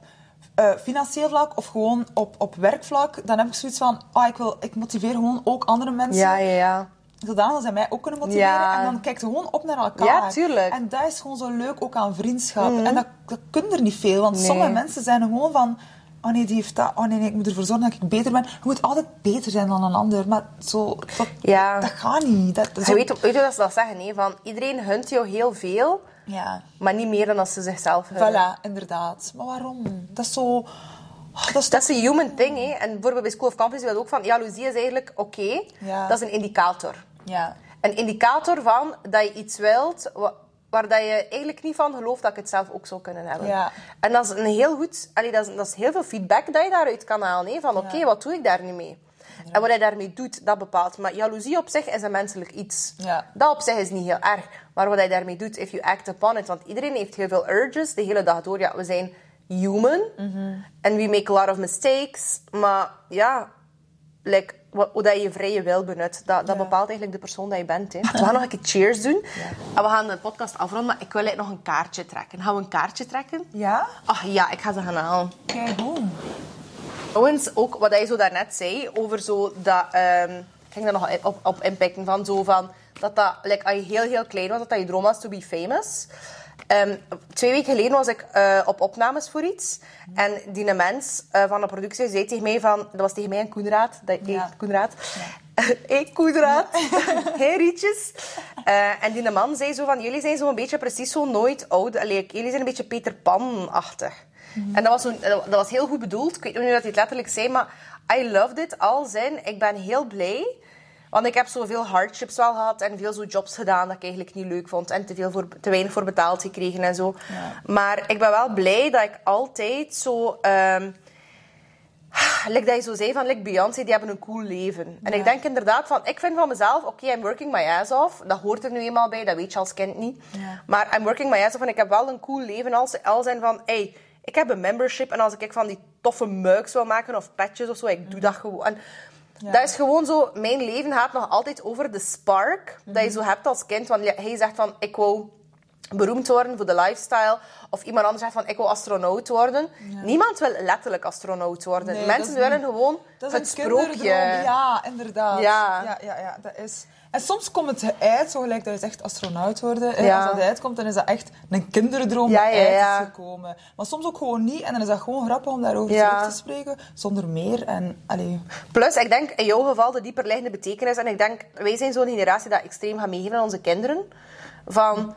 Speaker 3: eh, financieel vlak of gewoon op, op werkvlak, dan heb ik zoiets van... ah ik, wil, ik motiveer gewoon ook andere mensen
Speaker 1: ja, ja. ja.
Speaker 3: zodanig zij mij ook kunnen motiveren.
Speaker 1: Ja.
Speaker 3: En dan kijkt ze gewoon op naar elkaar.
Speaker 1: Ja, tuurlijk. Mhm.
Speaker 3: En dat is gewoon zo leuk ook aan vriendschap. En dat, dat kun er niet veel. Want sommige mensen zijn gewoon van... Oh nee, die heeft dat. Oh nee, nee, ik moet ervoor zorgen dat ik beter ben. Je moet altijd beter zijn dan een ander. Maar zo... Dat,
Speaker 1: Ja.
Speaker 3: dat gaat niet. Dat, dat is
Speaker 1: Je
Speaker 3: ook-
Speaker 1: weet, weet je hoe dat ze dat zeggen, hè? Van, iedereen hunt jou heel veel,
Speaker 3: Ja.
Speaker 1: maar niet meer dan als ze zichzelf hunten.
Speaker 3: Voilà, inderdaad. Maar waarom? Dat is zo... oh, dat is
Speaker 1: Dus Dat is een human thing, hè? En bijvoorbeeld bij School of Campus is dat ook van... Jaloezie is eigenlijk oké,
Speaker 3: Ja.
Speaker 1: dat is een indicator.
Speaker 3: Ja.
Speaker 1: Een indicator van dat je iets wilt... wa- Waar dat je eigenlijk niet van gelooft dat ik het zelf ook zou kunnen hebben.
Speaker 3: Ja.
Speaker 1: En dat is een heel goed, allee, dat, is, dat is heel veel feedback dat je daaruit kan halen. hè, Van oké, wat doe ik daar nu mee? En wat hij daarmee doet, dat bepaalt. Maar jaloezie op zich is een menselijk iets.
Speaker 3: Ja.
Speaker 1: Dat op zich is niet heel erg. Maar wat hij daarmee doet, if you act upon it. Want iedereen heeft heel veel urges de hele dag door. Ja, we zijn human.
Speaker 3: Mhm.
Speaker 1: En we make a lot of mistakes. Maar ja, like, wat, hoe dat je je vrije wil benut, dat, dat bepaalt eigenlijk de persoon dat je bent. Hè. We gaan nog een keer cheers doen. En we gaan de podcast afronden. Maar ik wil eigenlijk nog een kaartje trekken. Gaan we een kaartje trekken?
Speaker 3: Ja?
Speaker 1: Ach ja, ik ga ze gaan halen.
Speaker 3: Kijk, boom.
Speaker 1: Trouwens, ook wat hij zo daarnet zei over zo dat... ehm, ik ging daar nog op, op inpikken van zo van... Dat dat, like, als je heel, heel klein was, dat dat je droom was to be famous. Ehm, twee weken geleden was ik eh, op opnames voor iets. En die mens eh, van de productie zei tegen mij van... Dat was tegen mij en Koenraad. Dat, hey,
Speaker 3: Ja.
Speaker 1: Koenraad. hey, Koenraad. hey, Rietjes. Eh, en die man zei zo van... Jullie zijn zo'n beetje precies zo nooit oud. Allee, ik- jullie zijn een beetje Peter Pan-achtig. En dat was, zo, dat was heel goed bedoeld. Ik weet niet of dat hij het letterlijk zei, maar... I love dit al zijn. Ik ben heel blij. Want ik heb zoveel hardships wel gehad en veel zo jobs gedaan dat ik eigenlijk niet leuk vond. En te, veel voor, te weinig voor betaald gekregen en zo. Maar ik ben wel blij dat ik altijd zo... ehm, Like dat je zo zei van like Beyoncé, die hebben een cool leven. En ik denk inderdaad van, ik vind van mezelf, oké, I'm working my ass off. Dat hoort er nu eenmaal bij, dat weet je als kind niet. Maar I'm working my ass off en ik heb wel een cool leven als al zijn van, hey, ik heb een membership en als ik van die toffe mugs wil maken of patches of zo, ik doe dat gewoon. En dat is gewoon zo, mijn leven gaat nog altijd over de spark dat je zo hebt als kind. Want hij zegt van, ik wou beroemd worden voor de lifestyle. Of iemand anders zegt van, ik wil astronaut worden. Niemand wil letterlijk astronaut worden.
Speaker 3: Nee,
Speaker 1: Mensen
Speaker 3: dat is
Speaker 1: willen
Speaker 3: niet-
Speaker 1: gewoon
Speaker 3: Dat is
Speaker 1: het
Speaker 3: een kinderdroom.
Speaker 1: sprookje.
Speaker 3: Ja, inderdaad.
Speaker 1: Ja.
Speaker 3: Ja, ja, ja, dat is... En soms komt het uit, zo gelijk dat je zegt astronaut worden. En
Speaker 1: Ja.
Speaker 3: als dat uitkomt, dan is dat echt een kinderdroom
Speaker 1: Ja,
Speaker 3: die
Speaker 1: ja, ja.
Speaker 3: uit is gekomen. Maar soms ook gewoon niet. En dan is dat gewoon grappig om daarover
Speaker 1: Ja.
Speaker 3: terug te spreken. Zonder meer. En, allee,
Speaker 1: Plus, ik denk in jouw geval de dieperliggende betekenis. En ik denk, wij zijn zo'n generatie dat extreem gaat meegeven aan onze kinderen. Van,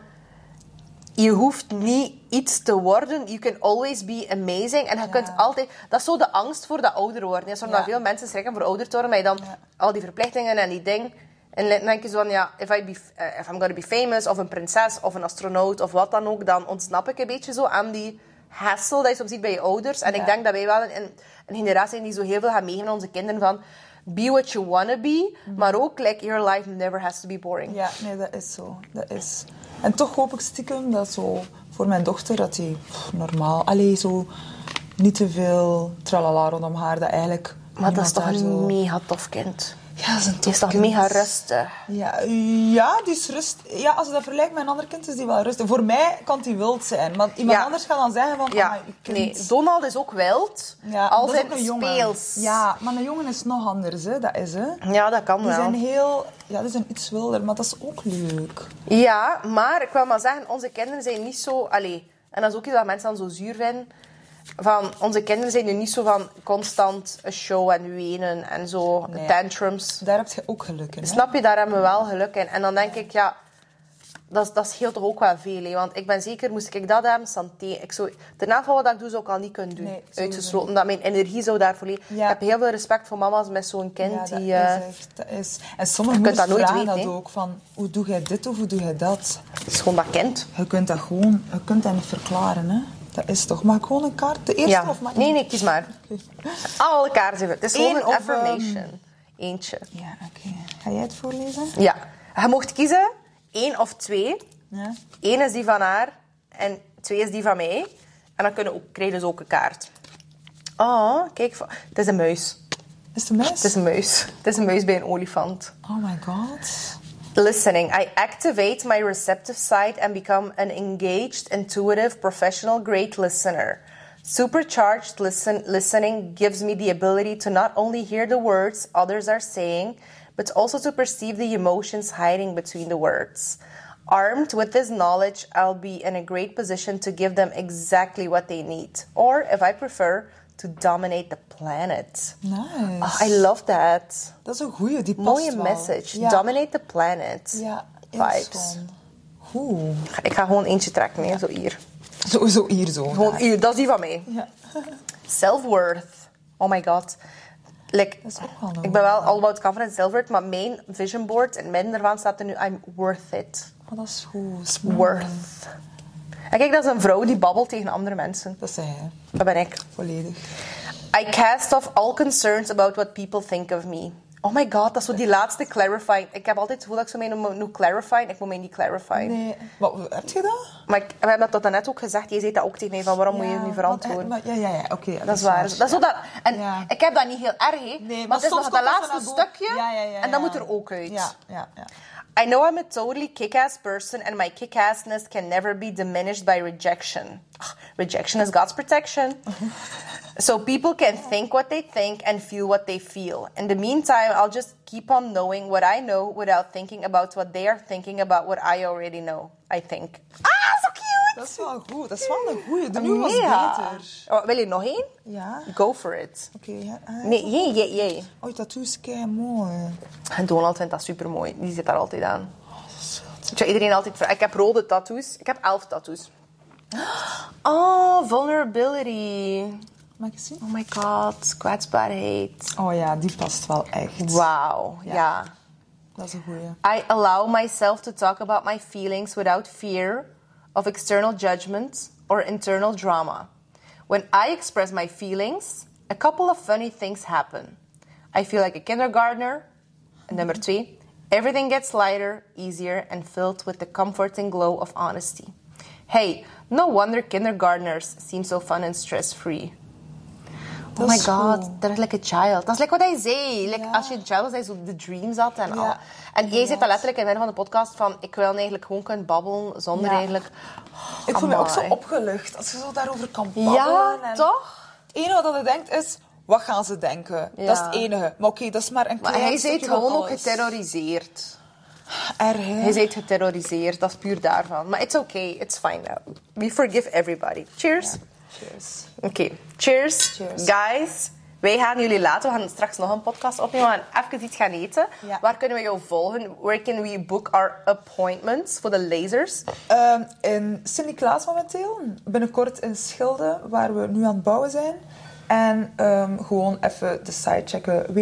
Speaker 1: je hoeft niet iets te worden. You can always be amazing. En je kunt altijd... Dat is zo de angst voor dat ouder worden. Dat is omdat
Speaker 3: Ja.
Speaker 1: veel mensen schrikken voor ouder te worden. Maar je dan al die verplichtingen en die ding... En dan denk je zo van, ja, if, I be, eh, if I'm gonna be famous, of een prinses, of een astronaut, of wat dan ook, dan ontsnap ik een beetje zo aan die hassle dat je soms ziet bij je ouders. En ik
Speaker 3: Ja.
Speaker 1: denk dat wij wel een, een generatie zijn die zo heel veel gaan meegeven aan onze kinderen van... be what you wanna be. Maar ook, like, your life never has to be boring.
Speaker 3: Ja, nee, dat is zo. Dat is... En toch hoop ik stiekem dat zo voor mijn dochter dat die pff, normaal, alleen zo niet te veel tralala rondom haar, dat eigenlijk.
Speaker 1: Maar dat is
Speaker 3: niemand
Speaker 1: toch
Speaker 3: daar
Speaker 1: een
Speaker 3: zo-
Speaker 1: mega tof kind.
Speaker 3: Ja, dat is een
Speaker 1: Die
Speaker 3: tof
Speaker 1: is toch
Speaker 3: kind.
Speaker 1: mega rustig.
Speaker 3: Ja, ja, die is rust. Ja, als je dat vergelijkt met een ander kind, is die wel rustig. Voor mij kan die wild zijn. Want iemand
Speaker 1: Ja.
Speaker 3: anders gaat dan zeggen van,
Speaker 1: Ja,
Speaker 3: ah, je kind...
Speaker 1: nee, Donald is ook wild.
Speaker 3: Ja,
Speaker 1: al
Speaker 3: dat is
Speaker 1: zijn
Speaker 3: ook een jongen.
Speaker 1: speels.
Speaker 3: Ja, maar een jongen is nog anders, hè. Dat is, hè.
Speaker 1: Ja, dat kan
Speaker 3: Die
Speaker 1: wel.
Speaker 3: zijn heel... Ja, die zijn iets wilder, maar dat is ook leuk.
Speaker 1: Ja, maar ik wil maar zeggen, onze kinderen zijn niet zo... Allee, en dat is ook iets dat mensen dan zo zuur vinden. Van, onze kinderen zijn nu niet zo van constant een show en wenen en zo,
Speaker 3: Nee.
Speaker 1: tantrums.
Speaker 3: Daar heb je ook geluk in, hè.
Speaker 1: Snap je, daar hebben we wel geluk in. En dan denk ik, ja, dat, dat scheelt toch ook wel veel. Hè? Want ik ben zeker, moest ik dat hebben, santé. Ik zou, de navolging dat ik doe, zou ik al niet kunnen doen.
Speaker 3: Nee, sowieso
Speaker 1: Uitgesloten, dat mijn energie zou daar volledig...
Speaker 3: Ja.
Speaker 1: Ik heb heel veel respect voor mama's met zo'n
Speaker 3: Ja,
Speaker 1: kind
Speaker 3: dat
Speaker 1: die...
Speaker 3: is
Speaker 1: eh,
Speaker 3: echt... Dat is... En sommige
Speaker 1: je kunt
Speaker 3: moeders
Speaker 1: dat nooit
Speaker 3: vragen
Speaker 1: weten,
Speaker 3: dat
Speaker 1: hè.
Speaker 3: ook, van... Hoe doe jij dit of hoe doe jij dat?
Speaker 1: is gewoon dat kind.
Speaker 3: Je kunt dat gewoon... Je kunt dat niet verklaren, hè. Dat is toch... Maak ik gewoon een kaart? De eerste
Speaker 1: Ja.
Speaker 3: of maak ik-
Speaker 1: Nee, nee, kies maar. Alle kaarten. hebben- Het is gewoon
Speaker 3: Eén
Speaker 1: een
Speaker 3: of, ehm,
Speaker 1: affirmation. Eentje.
Speaker 3: Ja, oké. Ga jij het voorlezen?
Speaker 1: Ja. Je mocht kiezen. één of twee.
Speaker 3: Ja.
Speaker 1: Eén is die van haar. En twee is die van mij. En dan kunnen we ook, krijg je dus ook een kaart. Oh, kijk. va- Het is een muis.
Speaker 3: Is het een mes?
Speaker 1: Het is een muis. Het is een muis bij een olifant.
Speaker 3: Oh my god.
Speaker 1: Listening. I activate my receptive side and become an engaged, intuitive, professional great listener. Supercharged listen, listening gives me the ability to not only hear the words others are saying, but also to perceive the emotions hiding between the words. Armed with this knowledge, I'll be in a great position to give them exactly what they need, or if I prefer, to dominate the planet.
Speaker 3: Nice.
Speaker 1: Oh, I love that.
Speaker 3: dat is een goeie, die past
Speaker 1: Mooie
Speaker 3: wel.
Speaker 1: message.
Speaker 3: Ja.
Speaker 1: Dominate the planet.
Speaker 3: Ja,
Speaker 1: Vibes.
Speaker 3: vibes. Goed.
Speaker 1: Ik ga gewoon eentje trekken, hè. zo hier.
Speaker 3: Zo, zo hier zo.
Speaker 1: Gewoon hier, dat is die van mij.
Speaker 3: Ja.
Speaker 1: Self-worth. Oh my god. Like,
Speaker 3: Dat is ook wel een
Speaker 1: ik ben wel all about confidence, self-worth, maar mijn vision board en midden daarvan staat er nu I'm worth it.
Speaker 3: Oh, dat is goed. Smart.
Speaker 1: Worth. En kijk, dat is een vrouw die babbelt tegen andere mensen.
Speaker 3: Dat is hij,
Speaker 1: Dat ben ik.
Speaker 3: volledig.
Speaker 1: I cast off all concerns about what people think of me. Oh my god, dat is zo die laatste clarifying. Ik heb altijd het gevoel dat ik zo mee moet clarifying. Ik moet mij niet clarifying.
Speaker 3: Nee. Wat, heb je dat?
Speaker 1: Maar ik, we hebben dat tot daarnet ook gezegd. Je zei dat ook tegen mij, van waarom moet je
Speaker 3: Ja,
Speaker 1: het nu
Speaker 3: want- eh,
Speaker 1: verantwoorden?
Speaker 3: maar- Ja, ja, ja. Oké.
Speaker 1: Dat is waar. Dat is zo dat, en
Speaker 3: Ja.
Speaker 1: ik heb dat niet heel erg, hè.
Speaker 3: Nee,
Speaker 1: maar, het is
Speaker 3: soms
Speaker 1: nog dat
Speaker 3: komt
Speaker 1: laatste
Speaker 3: naar boven.
Speaker 1: stukje
Speaker 3: Ja, ja, ja,
Speaker 1: en dat
Speaker 3: ja.
Speaker 1: moet er ook uit.
Speaker 3: Ja, ja, ja.
Speaker 1: I know I'm a totally kick-ass person and my kick-assness can never be diminished by rejection. Ugh, rejection is God's protection. so people can think what they think and feel what they feel. In the meantime, I'll just keep on knowing what I know without thinking about what they are thinking about what I already know, I think. Ah, so cute!
Speaker 3: Dat is wel goed. Dat is wel een goeie. De nieuwe
Speaker 1: Mega.
Speaker 3: was beter.
Speaker 1: Oh, wil je nog één?
Speaker 3: Ja.
Speaker 1: Go for it.
Speaker 3: Oké. ja. Ah,
Speaker 1: Nee, jij, jij, jij.
Speaker 3: Oh, je tattoo is kei mooi.
Speaker 1: En Donald vindt dat super mooi. Die zit daar altijd aan.
Speaker 3: Oh,
Speaker 1: Tja, iedereen altijd vraagt. Ik heb rode tattoos. Ik heb elf tattoos. Oh, vulnerability.
Speaker 3: Mag ik zien?
Speaker 1: Oh my god, kwetsbaarheid.
Speaker 3: Oh ja, die past wel echt.
Speaker 1: Wauw, ja.
Speaker 3: Dat is een goeie.
Speaker 1: I allow myself to talk about my feelings without fear of external judgment or internal drama. When I express my feelings, a couple of funny things happen. I feel like a kindergartner. And number three, everything gets lighter, easier, and filled with the comforting glow of honesty. Hey, no wonder kindergartners seem so fun and stress free. Oh
Speaker 3: Dat
Speaker 1: my
Speaker 3: is
Speaker 1: god,
Speaker 3: goed.
Speaker 1: dat is like a child. Dat is like wat hij zei. Like,
Speaker 3: Ja.
Speaker 1: Als je een child was, hij zo de dreams Oh. had en al.
Speaker 3: Ja.
Speaker 1: En jij zit daar letterlijk in het midden van de podcast van... Ik wil eigenlijk gewoon kunnen babbelen zonder
Speaker 3: Ja.
Speaker 1: eigenlijk...
Speaker 3: Ik voel me ook zo
Speaker 1: Amai.
Speaker 3: opgelucht als je zo daarover kan babbelen.
Speaker 1: Ja,
Speaker 3: en-
Speaker 1: toch?
Speaker 3: Het enige wat je denkt is, wat gaan ze denken?
Speaker 1: Ja.
Speaker 3: Dat is het enige. Maar oké, dat is maar een
Speaker 1: Maar
Speaker 3: klein
Speaker 1: hij zit
Speaker 3: stukje
Speaker 1: gewoon
Speaker 3: van
Speaker 1: ook
Speaker 3: alles.
Speaker 1: geterroriseerd.
Speaker 3: Erg, hè?
Speaker 1: Hij zit geterroriseerd, dat is puur daarvan. Maar it's okay, it's fine now. We forgive everybody. Cheers.
Speaker 3: Cheers.
Speaker 1: Oké, cheers.
Speaker 3: Cheers.
Speaker 1: Guys, wij gaan jullie laten. We gaan straks nog een podcast opnemen. We gaan even iets gaan eten.
Speaker 3: Ja.
Speaker 1: Waar kunnen we jou volgen? Where can we book our appointments voor de lasers?
Speaker 3: Ehm, in Sint-Niklaas momenteel. Binnenkort in Schilde, waar we nu aan het bouwen zijn. En ehm, gewoon even de site checken.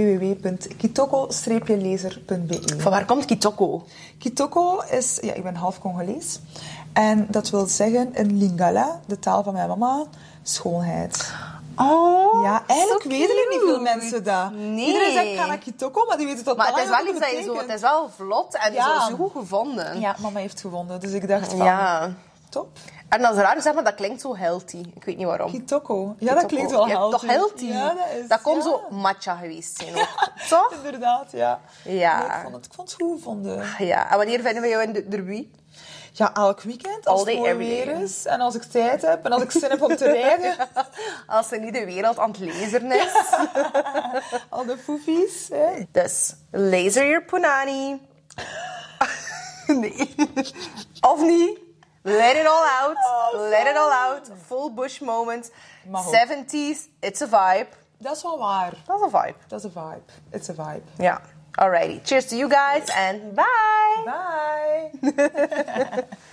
Speaker 3: www.kitoko-lezer.be
Speaker 1: Van waar komt Kitoko?
Speaker 3: Kitoko is, ja, ik ben half Congolees. En dat wil zeggen in Lingala, de taal van mijn mama, schoonheid.
Speaker 1: Oh,
Speaker 3: Ja, eigenlijk
Speaker 1: so
Speaker 3: weten er niet
Speaker 1: cute.
Speaker 3: veel mensen dat.
Speaker 1: Nee.
Speaker 3: Iedereen zegt Kanakitoko, maar die weten totaal
Speaker 1: Maar het is wel
Speaker 3: niet wat
Speaker 1: iets
Speaker 3: het
Speaker 1: dat je zo... Het
Speaker 3: betekent.
Speaker 1: is wel vlot en
Speaker 3: Ja.
Speaker 1: zo, zo goed gevonden.
Speaker 3: Ja, mama heeft gewonnen, dus ik dacht van,
Speaker 1: Ja.
Speaker 3: top.
Speaker 1: En dat is raar, zeg maar, dat klinkt zo healthy. Ik weet niet waarom.
Speaker 3: Kitoko. Ja, dat klinkt wel
Speaker 1: Ja,
Speaker 3: healthy.
Speaker 1: Toch healthy?
Speaker 3: Ja, dat is.
Speaker 1: kon
Speaker 3: ja.
Speaker 1: zo matcha geweest zijn ook. Toch?
Speaker 3: Inderdaad, ja.
Speaker 1: Ja.
Speaker 3: Nee, ik, vond het, ik vond het goed gevonden.
Speaker 1: Ja. En wanneer vinden we jou in de derby?
Speaker 3: Ja, elk weekend, als
Speaker 1: All
Speaker 3: het
Speaker 1: day,
Speaker 3: mooi
Speaker 1: every day.
Speaker 3: weer is en als ik tijd heb en als ik zin heb om te rijden.
Speaker 1: Als ze niet de wereld aan het lezen is.
Speaker 3: Al de foefies. Hè.
Speaker 1: Dus, laser your punani. nee. of niet. Let it all out.
Speaker 3: Oh,
Speaker 1: Let it all out. Full bush moment.
Speaker 3: Mag ook.
Speaker 1: 70s. It's a vibe.
Speaker 3: Dat is wel waar.
Speaker 1: Dat is een vibe.
Speaker 3: Dat is een vibe. It's a vibe.
Speaker 1: Ja. Alrighty. Cheers to you guys and bye.
Speaker 3: Bye.